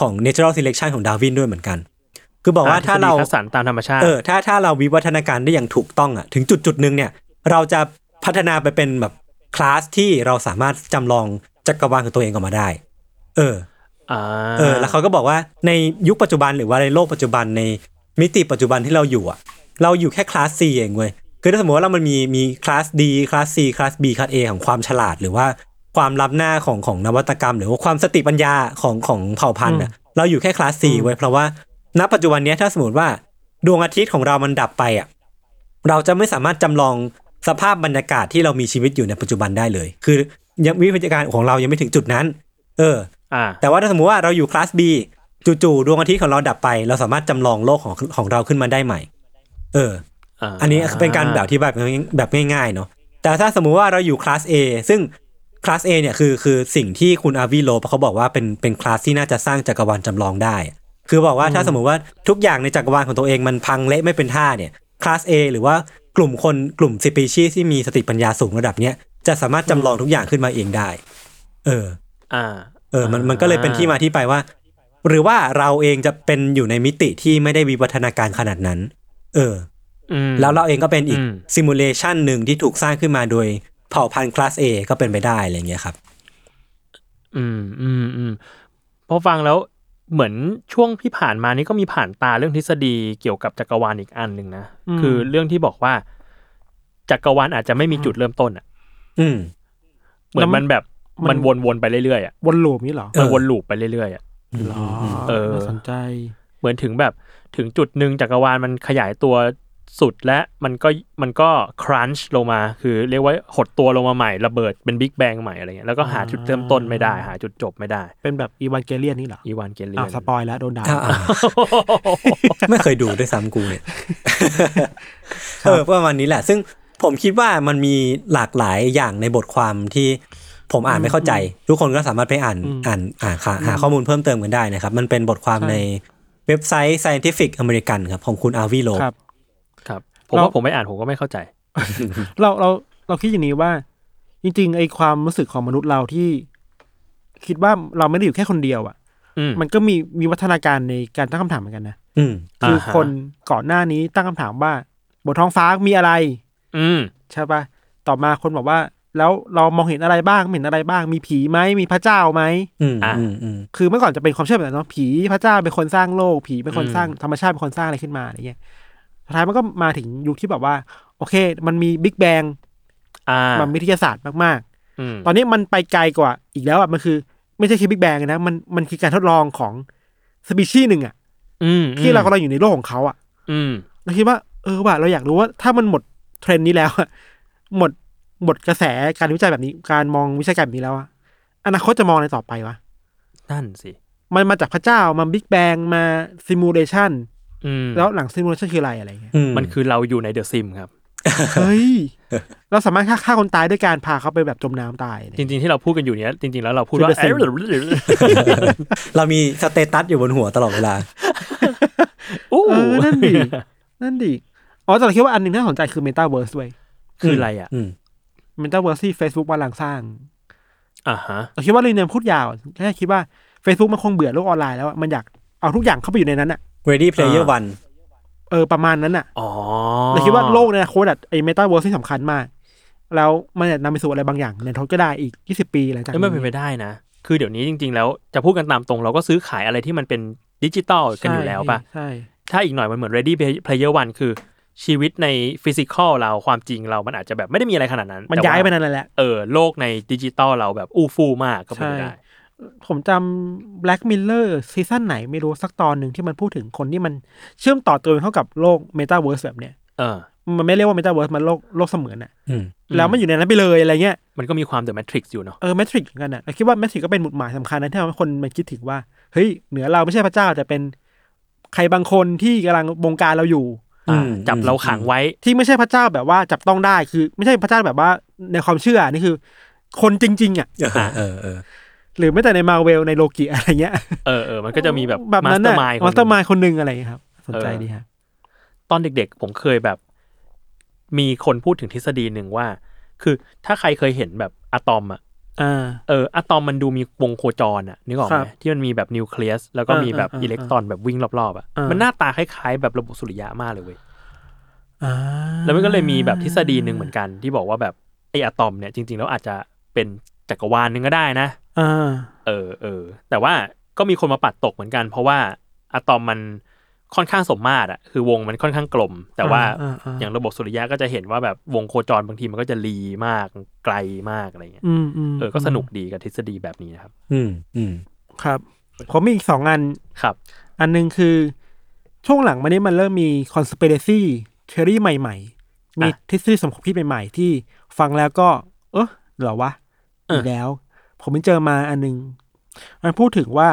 B: ของ natural selection ของดาร์วินด้วยเหมือนกัน คือบอกว่าถ้าเรา
D: ทฤษฎีคัดสรรตามธรรมชาติ
B: เออถ้าถ้าเราวิวัฒนาการได้อย่างถูกต้องอ่ะถึงจุดจุดหนึ่งเนี่ย เราจะพัฒนาไปเป็นแบบคลาสที่เราสามารถจำลองจักรวาลของตัวเองออกมาได้ เออ
D: อ่า
B: เออแล้วเขาก็บอกว่าในยุคปัจจุบันหรือว่าในโลกปัจจุบันในมิติปัจจุบันที่เราอยู่อ่ะ เราอยู่แค่คลาส C เองเว้ยคือถ้าสมมติว่าเรามันมีมีคลาส D คลาส C คลาส B คลาส A ของความฉลาด หรือว่าความล้ำหน้าของของนวัตกรรม หรือว่าความสติปัญญาของของเผ่าพันธุ์อ่ะเราอยู่แค่คลาส C เว้ยเพราะว่าณปัจจุบันเนี้ยถ้าสมมติว่าดวงอาทิตย์ของเรามันดับไปอ่ะ เราจะไม่สามารถจำลองสภาพบรรยากาศที่เรามีชีวิตอยู่ในปัจจุบันได้เลย คือยังวิวัฒนาการของเรายังไม่ถึงจุดนั้น เออ
D: อ่า
B: แต่ว่าถ้าสมมติว่าเราอยู่คลาส B จู่ๆดวงอาทิตย์ของเราดับไป เราสามารถจำลองโลกของของเราขึ้นมาได้ใหม่ เออ อันนี้เป็นการแบบที่แบบแบบง่ายๆเนาะแต่ถ้าสมมุติว่าเราอยู่คลาส A ซึ่งคลาส A เนี่ยคือคือสิ่งที่คุณอาวีโลเขาบอกว่าเป็นเป็นคลาสที่น่าจะสร้างจักรวาลจำลองได้ คือบอกว่าถ้าสมมุติว่าทุกอย่างในจักรวาลของตัวเองมันพังเละไม่เป็นท่าเนี่ยคลาส A หรือว่ากลุ่มคนกลุ่มสปีชีส์ที่มีสติปัญญาสูงระดับเนี้ยจะสามารถจำลองทุกอย่างขึ้นมาเองได้ เออ
D: อ่า
B: เออ มัน มันก็เลยเป็นที่มาที่ไปว่า หรือว่าเราเองจะเป็นอยู่ในมิติที่ไม่ได้วิวัฒนาการขนาดนั้น เออ
D: อืม
B: แล้วเราเองก็เป็นอีก
D: อืม
B: ซิมูเลชันหนึ่งที่ถูกสร้างขึ้นมาโดยเผ่าพันธุ์คลาส A ก็เป็นไปได้อะไรเงี้ยครับ
D: อืมอืมอืมพอฟังแล้วเหมือนช่วงที่ผ่านมานี่ก็มีผ่านตาเรื่องทฤษฎีเกี่ยวกับจักรวาลอีกอันหนึ่งนะ
C: อืม
D: คือเรื่องที่บอกว่า จักรวาลอาจจะไม่มีจุดเริ่มต้นอ่ะ
B: อืม
D: เหมือนมันแบบ
C: มั
D: มัน
C: น
D: วนๆไปเรื่อยๆอ่ะ
C: วนลูปนี้เหรอ
B: เออ
D: มันวนลูปไปเรื่อยๆอ่ะ
C: เหรอ
D: เออ
C: น่าสนใจ
D: เหมือนถึงแบบถึงจุดหนึ่งจักรวาลมันขยายตัวสุดและมันก็มันก็ครันช์ลงมาคือเรียกว่าหดตัวลงมาใหม่ระเบิดเป็นบิ๊กแบงใหม่อะไรเงี้ยแล้วก็หาจุดเริ่มต้นไม่ได้ หาจุดจบไม่ได้
C: เป็นแบบอีวานเกเลียนนี่เหรอ
D: อีวานเกเลีย
C: อ้าวนสปอยแล้วโดนด่า
B: อ่า ๆไม่เคยดูด้วยซ้ำกูเนี่ย เออประมาณนี้แหละ ซึ่งผ ผมคิดว่ามันมีหลากหลายอย่างในบทความที่ผมอ่านไม่เข้าใจ ทุกคนก็สามารถไปอ่าน
C: อืม
B: อ่านอ่านหาหาข้อมูลเพิ่มเติมกันได้นะครับ มันเป็นบทความ
C: ใช่
B: ในเว็บไซต์ Scientific American ครับ ของคุณอาวีโล
C: ครับ
D: ครับ ผม
C: เรา
D: ว่าผมไม่อ่านผมก็ไม่เข้าใจ
C: เราเราเราคิดอย่างนี้ว่า จริง ๆ ไอ้ความรู้สึกของมนุษย์เราที่ คิดว่าเราไม่ได้อยู่แค่คนเดียวอะ่ะ
D: อืม
C: มันก็มีมีวัฒนาการในการตั้งคำถามเหมือนกันนะ
B: อืม
C: คือ
D: อ่าฮะ
C: คนก่อนหน้านี้ตั้งคำถามว่า บนท้องฟ้ามีอะไร
D: อืม
C: ใช่ปะต่อมาคนบอกว่า แล้วเรามองเห็นอะไรบ้างเห็นอะไรบ้าง มีผีไหมมีพระเจ้าไหม
B: อืม
D: อ่ะ
B: อืมอืม
C: คือเมื่อก่อนจะเป็นความเชื่อแบบนั้นเนาะผีพระเจ้าเป็นคนสร้างโลก ผีเป็นคน
D: อืม
C: สร้างธรรมชาติเป็นคนสร้างอะไรขึ้นมาอะไรเงี้ยสุดท้ายมันก็มาถึงยุคที่แบบว่า โอเค มันมีบิ๊กแบง
D: อ่า
C: มันวิทยาศาสตร์มากๆ
D: อืม
C: ตอนนี้มันไปไกลกว่าอีกแล้วอ่ะมันคือ ไม่ใช่แค่บิ๊กแบงนะมันมันคือการทดลองของสปีชีส์หนึ่งอ่ะ
D: อืม
C: ที่เรากำลังอยู่ในโลกของเขาอ่ะ
D: อืม
C: เราคิดว่าเออว่ะเราอยากรู้ว่าถ้ามันหมดเทรนด์นี้แล้วอะ หมดหมดกระแสการวิจัยแบบนี้การมองวิจัยการแบบนี้แล้วอะอนาคตจะมองอะไรต่อไปวะ
D: นั่นสิ
C: มันมาจากพระเจ้ามาบิ๊กแบงมาซิมูเลชัน
D: อืม
C: แล้วหลังซิมูเลชันคืออะไรอะไรเงี้ย
B: อืม
D: มันคือเราอยู่ในเดอะซิมครับ
C: เฮ้ยเราสามารถฆ่าฆ่าคนตายด้วยการพาเขาไปแบบจมน้ำตายอะไร
D: จ
C: เงี้ย
D: ริง ๆ ที่เราพูดกันอยู่เนี้ยจริง ๆ แล้วเราพูด
C: คือ
D: ว่า
C: The Sim
B: เรามีสเตตัสอยู่บนหัวตลอดเวลา
D: อู้
C: เออนั่นดิ นั่นดิ อ๋อแต่เราคิดว่าอันหนึ่งน่าสนใจคือ Metaverse ด้วย
D: คืออะไรอ่ะ
B: อืม
C: Metaverse ที่ Facebook กำลังสร้าง
D: อ่าฮะ
C: เราคิดว่าเรื่องนี้พูดยาวแค่คิดว่า Facebook มันคงเบื่อโลกออนไลน์แล้วอะมันอยากเอาทุกอย่างเข้าไปอยู่ในนั้นอะ
B: Ready Player
D: อ่า
B: One
C: เออประมาณนั้นอะ
D: อ๋อ
C: เราคิดว่าโลกในอนาคตอะไอ้ Metaverse ที่สำคัญมาก แล้วมันจะนำไปสู่อะไรบางอย่างในทศก็ได้อีก 20 ปีหลังจาก
D: เอ้ยมันเป็นไปได้นะ คือเดี๋ยวนี้จริง ๆ แล้วจะพูดกันตามตรงเราก็ซื้อขายอะไรที่มันเป็นดิจิตอลกันอยู่แล้วป่ะ
C: ใช่
D: ถ้าอีกหน่อยมันเหมือน Ready Player One คือชีวิตในฟิสิกอลเราความจริงเรามันอาจจะแบบไม่ได้มีอะไรขนาดนั้น
C: มัน
D: แต่ว่
C: ย้ายไปนั่นแหละ
D: เออโลกในดิจิตอลเราแบบอู้ฟู่มากก็เป็นไปได้
C: ใช่ ผมจำ Black Mirror ซีซั่นไหนไม่รู้สักตอนหนึ่งที่มันพูดถึงคนที่มันเชื่อมต่อตัวเองเข้ากับโลก Metaverse แบบเนี้ย
D: เออ
C: มันไม่เรียกว่าเมตาเวิร์สมันโลกโลกเสมือนอะ
B: อืม
D: อืม
C: แล้วมันอยู่ในนั้นไปเลยอะไรเงี้ย
D: มันก็มีความ The Matrix อยู่เนาะ
C: เออแมทริกเหมือนกันอะเราคิดว่าแมทริกก็เป็นหมุดหมายสำคัญนะที่ทำให้คนมันคิดถึงว่า เฮ้ย เหนือเราไม่ใช่พระเจ้า แต่เป็นใครบางคนที่กำลังบงการเราอยู่
B: อืม
D: อ่าจับเราขังไว้
C: ที่ไม่ใช่พระเจ้าแบบว่าจับต้องได้คือ ไม่ใช่พระเจ้าแบบว่าในความเชื่อนี่คือ คนจริง ๆอะ
B: เออเออเออ
C: หรือไม่แต่ในมาเวลในโลกิอะไรเงี้ย
D: เออเออมันก็จะมีแบบ
C: แบบนั้น
D: มาสเตอ
C: น่ะ
D: ร์มาย
C: มาสเตอร์มายคนหนึ่งอะไรเงี้ยครับ สนใจ
D: เออ
C: ดีครับ
D: ตอนเด็กๆ ผมเคยแบบ มีคนพูดถึงทฤษฎีหนึ่งว่า คือถ้าใครเคยเห็นแบบอะตอมอะ
C: อ่า
D: เอออะตอมมันดูมีวงโคจรอะนึกออก
C: ครั
D: ไหม
C: บ
D: ที่มันมีแบบนิวเคลียสแล้วก็
C: อ่ามี
D: มีแบบ
C: อ่า
D: อิเล็กตรอนแบบวิ่งรอบๆอะ
C: อ่ามั
D: มันหน้าตาคล้ายๆ แบบระบบสุริยะมากเลยเว้ย
C: อ่า
D: แล้วมันก็เลยมีแบบทฤษฎีหนึ่งเหมือนกันที่บอกว่าแบบไออะตอมเนี่ยจริงๆ แล้วอาจจะเป็นจักรวาลหนึ่งก็ได้นะ
C: อ่า
D: เออเออแต่ว่าก็มีคนมาปัดตกเหมือนกัน เพราะว่าอะตอมมันค่อนข้างสมมาตรอะคือวงมันค่อนข้างกลม แต่ว่าอย่างระบบสุริยะก็จะเห็นว่าแบบวงโคจรบางทีมันก็จะรีมากไกลมากอะไรเงี้ย
C: อืมอืม
D: เออก็สนุกดีกับทฤษฎีแบบนี้นะครับ
B: อืมอืม
C: ครับ ผมมีอีกสองอัน
D: ครับ
C: อันหนึ่งคือช่วงหลังมานี้มันเริ่มมี conspiracy theory ใหม่ ๆ มี
D: อ่ะ
C: ทฤษฎีสมคบคิดใหม่ ๆ ที่ฟังแล้วก็ เออเหรอวะ
D: เอออี
C: กแล้ว ผมไปเจอมาอันหนึง มันพูดถึงว่า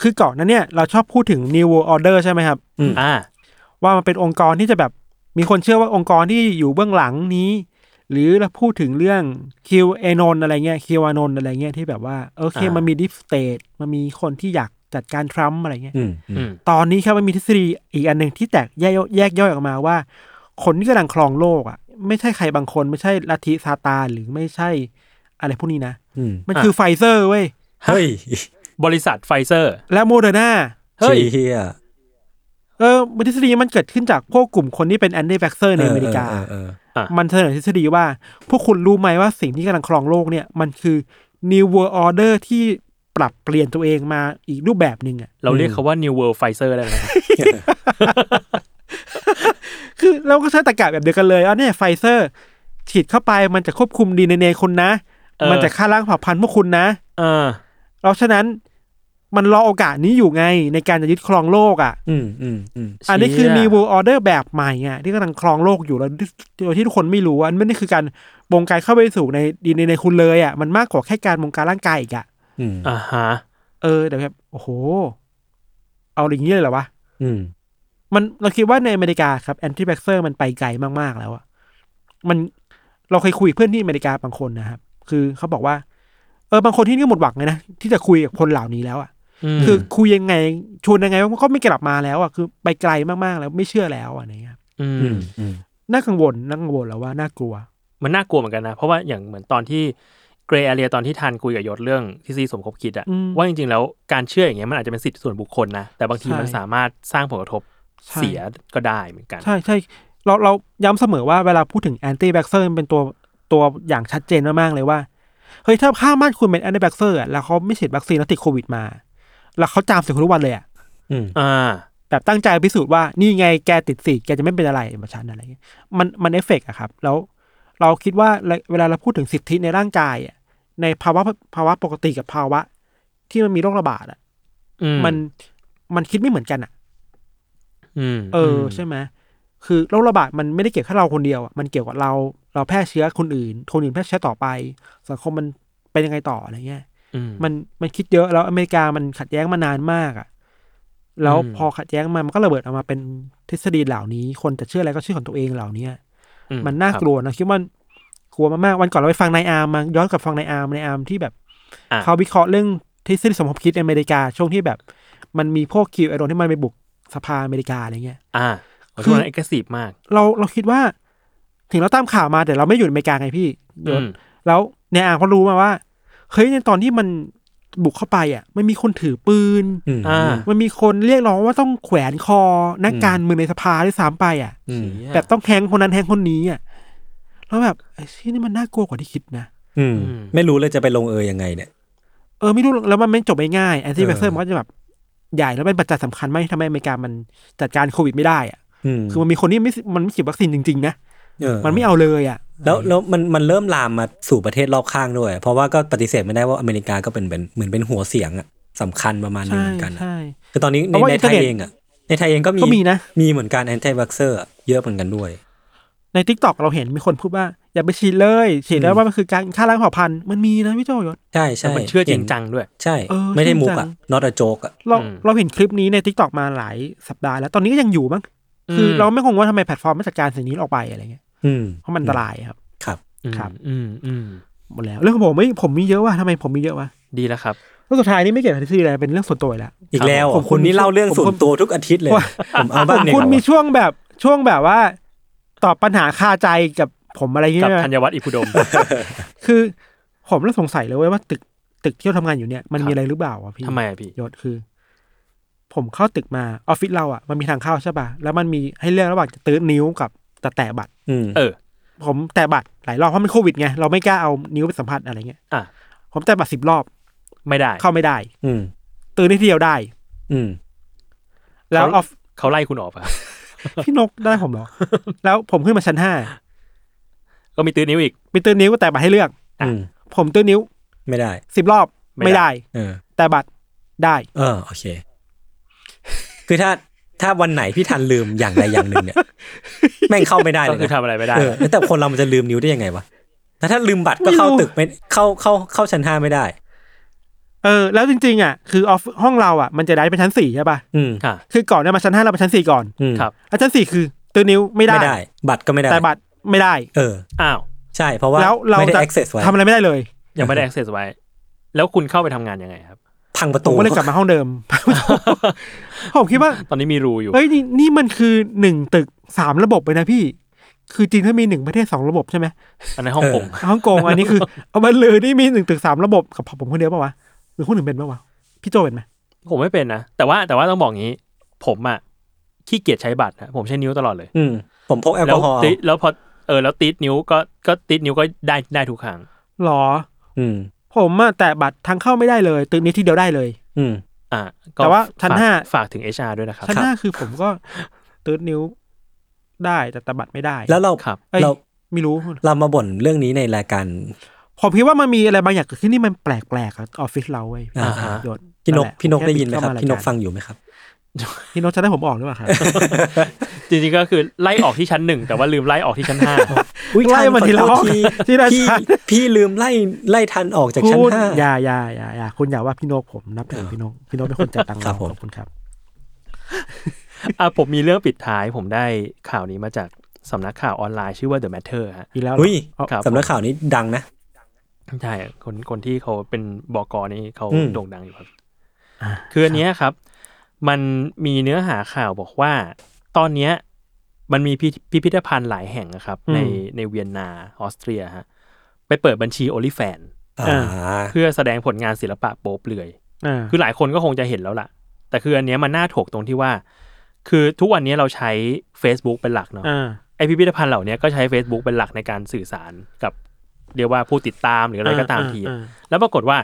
C: คือก่อนหนั้นเนี่ย เราชอบพูดถึง new world order ใช่ไหมครับ
D: อ่า
C: ว่ามันเป็นองค์กรที่จะแบบ มีคนเชื่อว่าองค์กรที่อยู่เบื้องหลังนี้ หรือเราพูดถึงเรื่อง q a n o n อะไรเงี้ย q a n o n อะไรเงี้ยที่แบบว่าโอเค มันมี deep state มันมีคนที่อยากจัดการทรัมป์อะไรเงี้ย
B: อืมอื
D: อื
B: ม
D: ม
C: ตอนนี้ครับมันมีทฤษฎีอีกอันหนึ่งที่แตกแยกแยกย่อยออกมาว่า คนที่กำลังครองโลกอ่ะ ไม่ใช่ใครบางคนไม่ใช่ลัทธิซาตานหรือไม่ใช่ อะไรพวกนี้นะ
B: อืม
C: มันคือไฟเซอร์เว้ย
B: เฮ้ย
D: บริษัทไฟเซอร์
C: และโมเดอร์นา
D: เฮ้ย
B: เฮีย
C: เออมันทฤษฎีมันเกิดขึ้นจากพวกกลุ่มคนที่เป็นแอนตี้แบ็กเซอร์ในอเมริกา
B: เออเออเออ
D: อ
C: มันเสนอทฤษฎีว่า พวกคุณรู้ไหมว่าสิ่งที่กำลังครองโลกเนี่ย มันคือ New World Order ที่ปรับเปลี่ยนตัวเองมาอีกรูปแบบหนึ่งอ่ะ
D: เราเรียกเขาว่า New World Pfizer ได้ไหม
C: คือเราก็ใช้ตะกะแบบเดียวกันเลยอ๋อเนี่ยไฟเซอร์ฉีดเข้าไปมันจะควบคุมดีเนคุณนะ
D: เออ
C: มันจะฆ่าล้างเผ่าพันธุ์พวกคุณนะ
D: เออ
C: เพราะฉะนั้นมันรอโอกาสนี้อยู่ไงในการจะยึดครองโลกอ่ะ
B: อืมอืมอืม
C: อันนี้คือ
D: เชี่ย
C: New World Order แบบใหม่อ่ะที่กำลังครองโลกอยู่แล้วโดยที่ทุกคนไม่รู้อ่ะมันไม่ได้คือการบงการเข้าไปสู่ในดีเนคุณเลยอ่ะมันมากกว่าแค่การบงการร่างกายอีกอ่ะ
B: อืม
D: อ่าฮะ
C: เออแต่แบบโอ้โห เอาอย่างนี้เลยเหรอวะ
B: อืม
C: มันเราคิดว่าในอเมริกาครับแอนตี้แบ็กเซอร์มันไปไกลมาก ๆ แล้วอะ มันเราเคยคุยกับเพื่อนที่อเมริกาบางคนนะครับ คือเขาบอกว่า เออบางคนที่นี่ก็หมดหวังเลยนะที่จะคุยกับคนเหล่านี้แล้วอ่ะ
D: ม
C: คือคุยยังไงชวนยังไงมันก็ไม่กลับมาแล้วอ่ะคือไปไกลมากๆแล้วไม่เชื่อแล้วอะอะไรเงี้ย
D: ม
B: อืมอืม
C: น่ากังวลน่ากังวลแล้วว่าน่ากลัว
D: มันน่ากลัวเหมือนกันนะ เพราะว่าอย่างเหมือนตอนที่เกรย์แอเรียตอนที่ทานคุยกับยศเรื่องทฤษฎีสมคบคิดอะ
C: อืม
D: ว่าจริงๆแล้วการเชื่ออย่างเงี้ยมันอาจจะเป็นสิทธิส่วนบุคคลนะ แต่บางที
C: ใช่
D: มันสามารถสร้างผลกระทบ
C: ใช่
D: เสียก็ได้เหมือนกัน
C: ใช่ใช่เราเราย้ำเสมอว่าเวลาพูดถึงแอนตี้แบ็กเซอร์เป็นตัวตัวอย่างชัดเจนมากๆเลยว่า เฮ้ยถ้าข้างบ้านคุณเป็นแอนตี้แบ็กเซอร์แล้วเขาไม่ฉีดวัคซีนแล้วติดโควิดมา แล้วเขาจามเสียคุณทุกวันเลยอ่ะ
B: อืม
D: อ่า
C: แบบตั้งใจพิสูจน์ว่านี่ไงแกติดสิแกจะไม่เป็นอะไรแบบฉันอะไรเงี้ยมันมันเอฟเฟกต์อะครับ แล้วเราคิดว่าเวลาเราพูดถึงสิทธิในร่างกายอะในภาวะภาวะปกติกับภาวะ ที่มันมีโรคระบาดอ่ะ
D: อื
C: มันมันคิดไม่เหมือนกันอ่ะ
D: อืม
C: เอออใช่ไหมคือโรคระบาดมันไม่ได้เกี่ยวแค่เราคนเดียวอะมันเกี่ยวกับเราเราแพร่เชื้อคนอื่น คนอื่นแพร่เชื้อต่อไป สังคมมันเป็นยังไงต่ออะไรเงี้ย
D: อืม
C: มันมันคิดเยอะแล้วอเมริกามันขัดแย้งมานานมากอะแล้ว
D: อืม
C: พอขัดแย้งมามันก็ระเบิดออกมาเป็นทฤษฎีเหล่านี้ คนจะเชื่ออะไรก็เชื่อของตัวเองเหล่านี้
D: อื
C: มันน่า
D: ครับ
C: กลัวนะคิดว่ามันกลัวมากๆวันก่อนเราไปฟังนายอาร์มมาย้อนกลับฟังนายอาร์มนายอาร์มที่แบบ
D: อ่ะ
C: เขาวิเคราะห์เรื่องทฤษฎีสมคบคิดในอเมริกาช่วงที่แบบมันมีพวกคิวไอรอนที่มันไปบุกสภาอเมริกาอะไรเงี้ย
D: อ่าขอ
C: คื
D: โทษ
C: อ
D: นะเอ็กซ์ซีฟมาก
C: เราเราคิดว่า ถึงเราตามข่าวมาแต่เราไม่อยู่ในอเมริกาไงพี่เดี๋ยว
D: อืม
C: แล้วในอ่างเขารู้มาว่าเฮ้ยในตอนที่มันบุกเข้าไปอ่ะมันมีคนถือปืน
B: อืม
D: อ่า
C: มันมีคนเรียกร้องว่าต้องแขวนคอนักการเมืองในสภาด้วยซ้ำไปอ่ะ
B: อืม
D: เหี้ย
C: แบบต้องแทงคนนั้นแทงคนนี้อ่ะแล้วแบบไอ้ที่นี่มันน่ากลัวกว่าที่คิดนะ
B: อืมไม่รู้เลยจะไปลงเอยยังไงเนี่ย
C: เออไม่รู้แล้วมันไม่จบไม่ง่ายแอนตี้แวคเซอร์
B: เออ
C: มันก็จะแบบใหญ่แล้วเป็นปัจจัยสำคัญมากที่ทำให้อเมริกามันจัดการโควิดไม่ได้อ่ะ
B: อืม
C: คือมันมีคนที่ไม่มันไม่ฉีดวัคซีนจริงๆนะ
B: เออ
C: มันไม่เอาเลยอ่ะ
B: แล้วแล้วมันมันเริ่มลามมาสู่ประเทศรอบข้างด้วย เพราะว่าก็ปฏิเสธไม่ได้ว่าอเมริกาก็เป็นเป็นเหมือนเป็นหัวเสียงอะสำคัญประมาณหนึง
C: ใช่
B: เหมือนกันอะ
C: ใช่
B: คือตอนนี้ใน
C: เพราะว่า
B: ใน
C: อิน
B: ไท
C: เทอ
B: ย
C: ร์เน็ต
B: เองอะในไทยเองก็มี
C: ก็มีนะ
B: มีเหมือนกันแอนตี้วัคเซอร์เยอะเหมือนกันด้วย
C: ในทิกตอกเราเห็นมีคนพูดว่าอย่าไปฉีดเลยฉีดแล้
B: อื
C: ว
B: ม
C: ว่ามันคือการฆ่าล้างเผ่าพันธุ์มันมีนะพี่โจยศ
B: ใช่
D: แต่
B: ใช่
D: มันเชื่อจริงจังด้วย
B: ใช่
C: เออ
B: ไม่ได้มุก
C: จริงจั
B: อะ
C: ง
B: นอตโจกอะ
C: เรา
D: อืม
C: เราเห็นคลิปนี้ในทิกตอกมาหลายสัปดาห์แล้วตอนนี้ก็ยังอยู่มั้งคืออ
D: ม
C: เราไม่คงว่าทำไมแพลตฟอร์มไม่จัดการสิ่งนี้ออกไปอะไรเงี้ย
B: อืม
C: เพราะมันอันตรายครับ
B: ครับ
C: ครับ
D: อืมอืม
C: หมดแล้วเรื่องของผมไม่ผมมีเยอะว่ะทำไมผมมีเยอะวะ
D: ดีแล้วครับ
C: เรื่องสุดท้ายนี่ไม่เกี่ยวกับทฤษฎีอะไรเป็นเรื่องส่วนตัวอีกแล้ว
B: อีกแล้ว
C: ผม
B: อะคุณนี่เล่าเรื่อง
C: ผม
B: ส่วนตัวทุกอาทิตย์เลย
C: ว่า
B: ผมเอาบ้างเนี่ย
C: คุณมีช่วงแบบช่วงแบบว่า ตอบปัญหาคาใจกับผมอะไรอย่างเงี้
D: กับ
C: ยไหม
D: ธัญวัฒน์อิพุดม
C: คือผมเริ่มสงสัยเลยเว้ยว่าตึกตึกที่เราทำงานอยู่เนี่ยมัน
D: ครับ
C: มีอะไรหรือเปล่าวะพี่
D: ทำไมอะพี่
C: ยศคือ ผมเข้าตึกมาออฟฟิศเราอ่ะมันมีทางเข้าใช่ป่ะแล้วมันมีให้เลือกระหว่างจะตื้อนิ้วกับจะแตะบัตร
B: อืม
D: เออ
C: ผมแตะบัตรหลายรอบเพราะมันโควิดไงเราไม่กล้าเอานิ้วไปสัมผัสอะไรเงี้ย
D: อ่ะ
C: ผมแตะบัตรสิบรอบ
D: ไม่ได้
C: เข้าไม่ได้
B: อืม
C: ตื้อนิดเดียวได้
B: อืม
C: แล้วอ
D: เขา
C: อฟ
D: เขาไล่คุณออกอะ
C: พี่นกได้ผมเหรอ แล้วผมขึ้นมาชั้นห้า
D: ก็มีตื้อนิ้วอีก
C: ไปตื้อนิ้วก็แตะบัตรให้เลือก
B: อืม
C: ผมตื้อนิ้ว
B: ไม่ได้
C: สิบรอบ
D: ไม่
C: ไม่
D: ได้
C: ได้
B: เออ
C: แตะบัตรได้
B: เออโอเค คือถ้าถ้าวันไหนพี่ทันลืมอย่างใดอย่างหนึ่งเนี่ย แม่งเข้าไม่ได้เล
D: ก็
B: ย
D: คือ
B: นะ
D: ทำอะไรไม่ได้
B: เออแต่คนเรามันจะลืมนิ้วได้ยังไงวะแต่ถ้าลืมบัตรก็เข้า
C: ไม่รู้
B: ตึกไม่เข้าเข้าเข้าชั้นห้าไม่ได้
C: เออแล้วจริงๆอ่ะคือออฟห้องเราอ่ะมันจะได้เป็นชั้นสี่ใช่ป่ะ
B: อืม
D: ค่ะ
C: คือก่อนเนี่ยมาชั้นห้าเราไปชั้นสี่ก่อน
B: อืม
D: ครับ
C: แล้วชั้นสี่คือตัวนิ้วไม่ได้
B: ไม่ได้ บัตรก็ไม่ได้
C: แต่บัตรไม่ได้
B: เออ
D: อ้าว
B: ใช่เพราะว่า
C: แล้วเรา
B: ไม่ได้
C: จะ
B: access ไว้
C: ทำอะไรไม่ได้เลย
D: ยังไม่ได้ access ไว้ แล้วคุณเข้าไปทำงานยังไงครับ
B: พังประ
C: ผ
B: ตู
C: มก็เลยกลับมาห้องเดิม ผมคิดว่า
D: ตอนนี้มีรูอยู่
C: เอ้ยนี่นี่มันคือหนึ่งตึกสามระบบไปนะพี่ คือจริงถ้ามีหนึ่งประเทศสองระบบใช่ไหม
D: อันนั้นห้องผม
C: ฮ่องกงอันนี้คือ เอามาเลยนี่มีหนึ่งตึกสามระบบกับผมคนเดียวปะวะหรือคนหนึ่งเป็นปะวะพี่โจเป็นไหม
D: ผมไม่เป็นนะ แต่ว่าแต่ว่าต้องบอกงี้ ผมอ่ะขี้เกียจใช้บัตรนะผมใช้นิ้วตลอดเลย
B: อืมผมพกแอล
D: แล้
B: กอ
D: ว
B: ฮอล์
D: ติดแล้วพอเออแล้วติดนิ้วก็ก็ติดนิ้วก็ได้ได้ทุกครั้ง
C: หรอ
B: อืม
C: ผมอะแต่บัตรทางเข้าไม่ได้เลยตึกนี้ที่เดียวได้เลย
B: อืม
D: อ่าก็
C: แต่ว่า
D: ฝก
C: ชั้นห้า
D: ฝากถึง HR ด้วยนะครับ
C: ชั้นหน้าคือผมก็ตืดนิ้วได้แต่ตะบัดไม่ได้
B: แล้วเรา
D: ครับ
C: เอ้ย
B: เรา
C: ไม่รู้
B: เรามาบ่นเรื่องนี้ในรายการ
C: ผมคิดว่ามันมีอะไรบางอย่างเกิดขึ้นที่มันแปลกๆกับออฟฟิศเราเว้ย
B: อ่าฮะ
C: โยน
B: พี่นก
C: แหละ
B: พี่นก
C: ผมแ
B: ได้ยินไหมครับ
C: ปิด
B: พี่น
C: เข้าาา
B: ก
C: ยาร
B: ฟังอยู่ไหมครับ
C: พี่นกจะได้ผมออกหรือเปล่าครับ
D: จริงๆก็คือไล่ออกที่ชั้นหนึ่งแต่ว่าลืมไล่ออกที่ชั้นห้า
B: อุ้ย
C: ไล่
B: ทัน
C: มาทีละ
B: ขอโทษ
C: ห้องทีละ
B: พี่
C: ชั้น
B: พี่ลืมไล่ไล่ทันออกจากชั้น
C: คุณ
B: ห้า
C: อย่าอย่าอย่าอย่าคุณอย่าว่าพี่นกผมนับถือพี่นกพี่นกเป็นคนจ่ายตังค์
B: ครั
C: เรา
B: บผม
C: ขอบคุณครับ
D: อ่ะผมมีเรื่องปิดท้ายผมได้ข่าวนี้มาจาก สำนักข่าวออนไลน์ชื่อว่า The Matter ฮะ
C: อีกแล้วเหรอ
B: หุ้ย
C: เอา
D: ครับ
B: สำนักข่าวนี้ดังนะ
D: ใช่คนคนที่เขาเป็นบอกอนี่เขา
B: อืม
D: โด่งดังอยู่ครับ
C: อ่า
D: คืออันเนี้ยครับ มันมีเนื้อหาข่าวบอกว่า ตอนเนี้ยมันมีพิพิพิธภัณฑ์หลายแห่งนะครับ
C: อืม
D: ในในเวียนนาออสเตรียฮะไปเปิดบัญชีโอลิแฟน
B: อ่า
C: อ่า
D: เพื่อแสดงผลงานศิลปะโป๊เปลือย
C: อ่า
D: คือหลายคนก็คงจะเห็นแล้วล่ะ แต่คืออันเนี้ยมันน่าถกตรงที่ว่า คือทุกวันนี้เราใช้ Facebook เป็นหลักเนาะ
C: อ่า
D: ไอพิพิธภัณฑ์เหล่าเนี้ยก็ใช้ Facebook เป็นหลักในการสื่อสารกับเรียกว่าผู้ติดตามหรืออะไรก็ตามที
C: อ่า
D: แล้วปรากฏว่า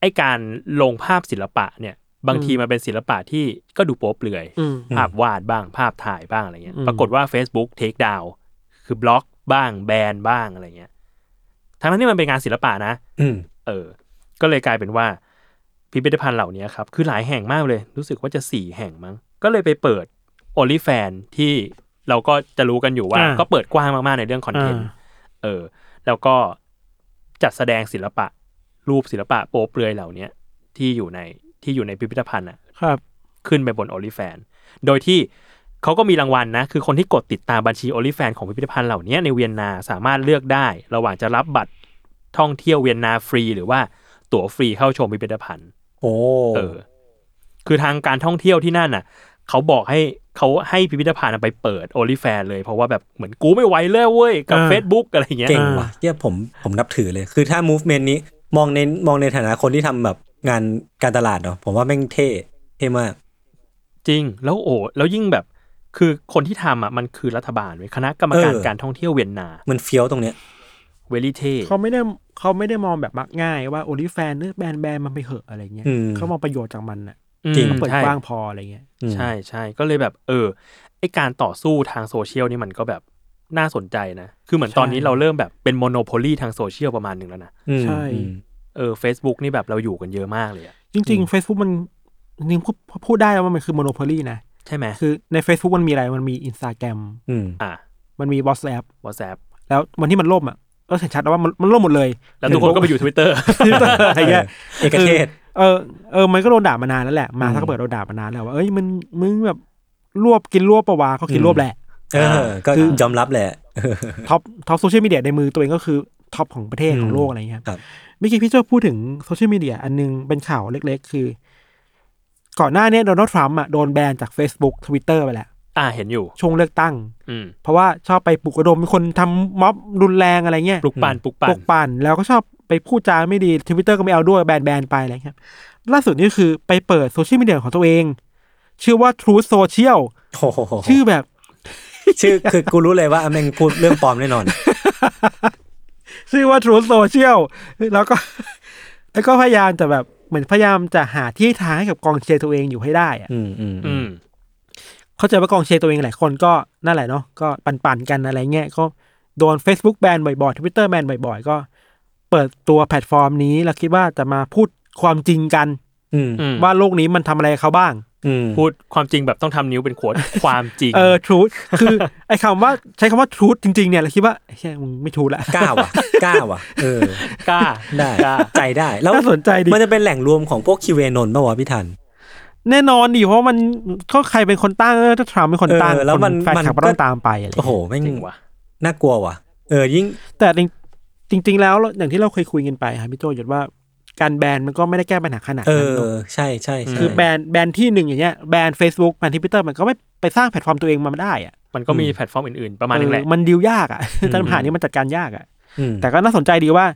D: ไอการลงภาพศิลปะเนี่ย บางทีมันเป็นศิลปะที่ก็ดูโป๊เปลือย
C: อืม
D: ภาพวาดบ้างภาพถ่ายบ้างอะไรเงี้ย
C: อืม
D: ปรากฏว่า Facebook เทคดาวคือบล็อกบ้างแบนบ้างอะไรเงี้ย ทั้งนั้นที่มันเป็นงานศิลปะนะ
B: อืม
D: เออ ก็เลยกลายเป็นว่าพิพิธภัณฑ์เหล่านี้ครับ คือหลายแห่งมากเลย รู้สึกว่าจะสี่แห่งมั้ง ก็เลยไปเปิด o อลิแฟนที่เราก็จะรู้กันอยู่ว่า
C: อ่า
D: ก็เปิดกว้างมาก ๆ ในเรื่องคอนเทนต์
C: อ่า
D: เออ แล้วก็จัดแสดงศิลปะ รูปศิลปะโป๊เปลือยเหล่านี้ที่อยู่ในที่อยู่ในพิพิธภัณฑ์อ่ะ
C: ครับ
D: ขึ้นไปบน o อลิแฟน โดยที่เขาก็มีรางวัลนะ คือคนที่กดติดตามบัญชี o อลิแฟนของพิพิธภัณฑ์เหล่านี้ในเวียนนาสามารถเลือกได้ ระหว่างจะรับบัตรท่องเที่ยวเวียนนาฟรี หรือว่าตั๋วฟรีเข้าชมพิพิธภัณฑ์
B: โอ้
D: เออ คือทางการท่องเที่ยวที่นั่นน่ะ เขาบอกให้เขาให้พิพิธภัณฑ์ไปเปิด o อลิแฟนเลยเพราะว่าแบบเหมือนกูไม่ไหวแล้วเว้ยกับ
C: อ่า
D: Facebook อะไรอย่างเงี้ย
B: เก่งว่ะเยี่ยผมผมนับถือเลย คือถ้า movement นี้มองในมองในฐานะคนที่ทำแบบงานการตลาดเนาะผมว่าแม่งเท่เท่มาก
D: จริง แล้วโอ้แล้วยิ่งแบบ คือคนที่ทำอ่ะมันคือรัฐบาลเว้ยคณะกรรมการ
B: เออ
D: การท่องเที่ยวเวียนนา
B: มันเฟี้ยวตรงเนี้ย
D: เวลิเท
C: เขาไม่ได้เขาไม่ได้มองแบบมักง่ายว่าโอลิแฟนเนื้อแบนแบนมันไปเหอะอะไรเงี้ย
B: อืม
C: เขามองประโยชน์จากมันน่ะ
B: จริง
C: เขาเปิด
D: ใช่
C: กว้างพออะไรเงี้ย
B: อืม
D: ใช่ใช่ก็เลยแบบ เออไอการต่อสู้ทางโซเชียลนี่มันก็แบบน่าสนใจนะ คือเหมือน
C: ใช่
D: ตอนนี้เราเริ่มแบบเป็นโมโนโพลีทางโซเชียลประมาณหนึ่งแล้วนะ
B: อืม
C: ใช่
B: อืม
D: เออ Facebook นี่แบบเราอยู่กันเยอะมากเลยอะ
C: จริง ๆ Facebook มันจริงๆพูดพูดได้แล้วว่ามันคือ monopoly นะ
D: ใช่ไหม
C: คือใน Facebook มันมีอะไร มันมี Instagram
B: อืม
D: อ่ะ
C: มันมี WhatsApp
D: WhatsApp
C: แล้ววันที่มันล่มอ่ะก็เห็นชัดแล้วว่ามันมันล่มหมดเลย
D: แล้วทุกคนก็ไปอยู่ Twitter
C: อะไรเงี้ย
B: เอกเทศ
C: เออเออ มันก็โดนด่ามานานแล้วแหละ มา
B: อืม
C: ถ้าเปิดโดนด่ามานานแล้วว่า เอ้ย มัน มึงแบบรวบกินรวบปะวะเขากิน
B: อืม
C: รวบแหละ
B: เออ ก็
C: คือ
B: ยอมรับแหละ
C: ท็อป ท็อปโซเชียลมีเดียในมือตัวเองก็คือท็อปของประเทศ
B: อืม
C: ของโลกอะไรเงี้ย
B: ครับ
C: เมื่อกี้พี่เจ้าพูดถึงโซเชียลมีเดียอันนึงเป็นข่าวเล็กๆ คือ ก่อนหน้าเนี้โดนัลด์ทรัมป์อ่ะโดนแบนจาก Facebook Twitter ไปแล้ว
D: อ่ะเห็นอยู่
C: ช่วงเลือกตั้ง
D: อืม
C: เพราะว่าชอบไปปลุกระดมมีคนทำม็อบรุนแรงอะไรเงี้ย
D: ปลุกปั่นปลุก
C: ปลุ
D: ปั่น
C: กปั่นแล้วก็ชอบไปพูดจาไม่ดีทวิตเตอร์ก็ไม่เอาด้วยแบนแบนๆไปอะไรเงี้ยล่าสุดนี่คือไปเปิดโซเชียลมีเดียของตัวเอง ชื่อว่า Truth Social
B: โอ้โห
C: ชื่อแบบ
B: ชื่อคือกูรู้เลยว่าแม่งพูดเรื่องปลอมแน่นอน
C: ชื่อว่า Truth Social แล้วก็ แล้วก็พยายามจะแบบเหมือนพยายามจะหาที่ทางให้กับกองเชียร์ตัวเองอยู่ให้ได้อะ
B: อืมอืมอื
D: อื
B: ม
D: ม
C: เข้าใจว่ากองเชียร์ตัวเองหลายคนก็นั่นแหละเนาะก็ปั่นๆกันอะไรเงี้ยก็โดน Facebook แบนบ่อยๆ Twitter แบนบ่อยๆ ก็ เปิดตัวแพลตฟอร์มนี้แล้วคิดว่าจะมาพูดความจริงกัน
B: อืม
D: อืม
C: ว่าโลกนี้มันทำอะไรกับเขาบ้าง
B: อืม
D: พูดความจริงแบบต้องทำนิ้วเป็นขวด ความจริง
C: เออ truth คือ ไอ้คำว่าใช้คำว่า truth จริง ๆ เนี่ยเราคิดว่าใช่มึงไม่ถูกละ
B: กล้าว่ะกล้าว่ะ เออ
D: กล้า
B: ได้
D: กล้า
B: ใจได้ แล้ว
C: น่าสนใจดิ
B: มันจะเป็นแหล่งรวมของพวกคิวเอนนท์ป่าวะพี่ทัน
C: แน่นอนดิเพราะมันก็ใครเป็นคนตั้งเออถ้าทรัมป์เป็นคนตั้ง
B: เออแล้วมัน
C: คแฟน
B: มัน
C: คลับก็ต้องตามไปอะไร
B: โอ้โหแม่ง
D: จริงว่ะ
B: น่ากลัวว่ะ เออ ยิ่ง
C: แต่จริง ๆ แล้วอย่างที่เราเคยคุยกันไปครับพี่โจยศว่าการแบนมันก็ไม่ได้แก้ปัญหาขนาด
B: เอ
C: นั้น
B: อ
C: หรอก
B: ใช่ใช่ใช่
C: คือแบนแบนที่หนึ่งอย่างเงี้ยแบน Facebook แบนทวิตเตอร์มันก็ไม่ไปสร้างแพลตฟอร์มตัวเองมาได้อะ
D: มันก็มีแพลตฟอร์มอื่นๆประมาณนึงแหละ
C: เออมันดิวยากอ่ะ แต่ ปัญหานี้มันจัดการยากอ่ะ
B: อืม
C: แต่ก็น่าสนใจดีว่า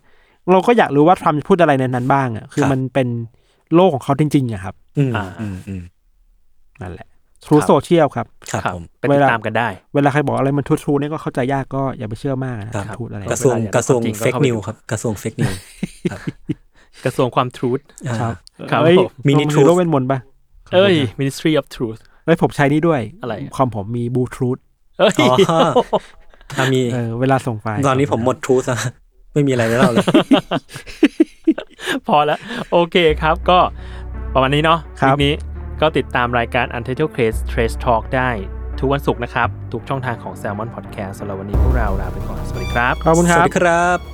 C: เราก็อยากรู้ว่าทรัมป์พูดอะไรในนั้นบ้างอ่ะ คือ
B: ครับ
C: มันเป็นโลกของเขาจริงๆอะครับ
B: อืมอืมอืม
C: นั่นแหละทรูโซเชียลครับ
B: ครับ
D: ครับ
B: ผม
D: ไปติดตามกันได้
C: เวลาใครบอกอะไรมันทรูทรูเนี่ยก็เข้าใจยากก็อย่าไปเชื่อมากนะครับ ทูตอะไร
B: กระทรวง
D: เวลาอยาก
B: กระทรวง
D: จริงก็
B: เฟก
D: เข้าไป
B: นิว
D: ดู
B: ครับ กระทรวงเฟกนิว
D: กระทรวงความทรูธ
C: ครับ
D: ครับ
C: เอ้ย
D: ผม
C: มินิทรูโลกเวนมนต์ปะ
D: เอ้ย Ministry of Truth
C: เอ้ยผมใช้นี่ด้วย
D: อะไรอะ
C: คอมผมมีบลูทูธ
D: เอ้ย
B: อ๋ออ่ะมี
C: เออเวลาส่งไฟล์
B: ตอนนี้ผมหมดทรูสอะ ไม่มีอะไรจะเล่าเลย
D: พอแล้วโอเคครับก็ประมาณนี้เนาะคลิปนี้ก็ติดตามรายการ Untitled Case Trace Talk ได้ทุกวันศุกร์นะครับ ทุกช่องทางของ Salmon Podcast สำหรับวันนี้พวกเราลาไปก่อน สวัสดีครับ
C: ขอบคุณค
B: ส
C: รั
B: วัส
C: บ
B: ดีครับ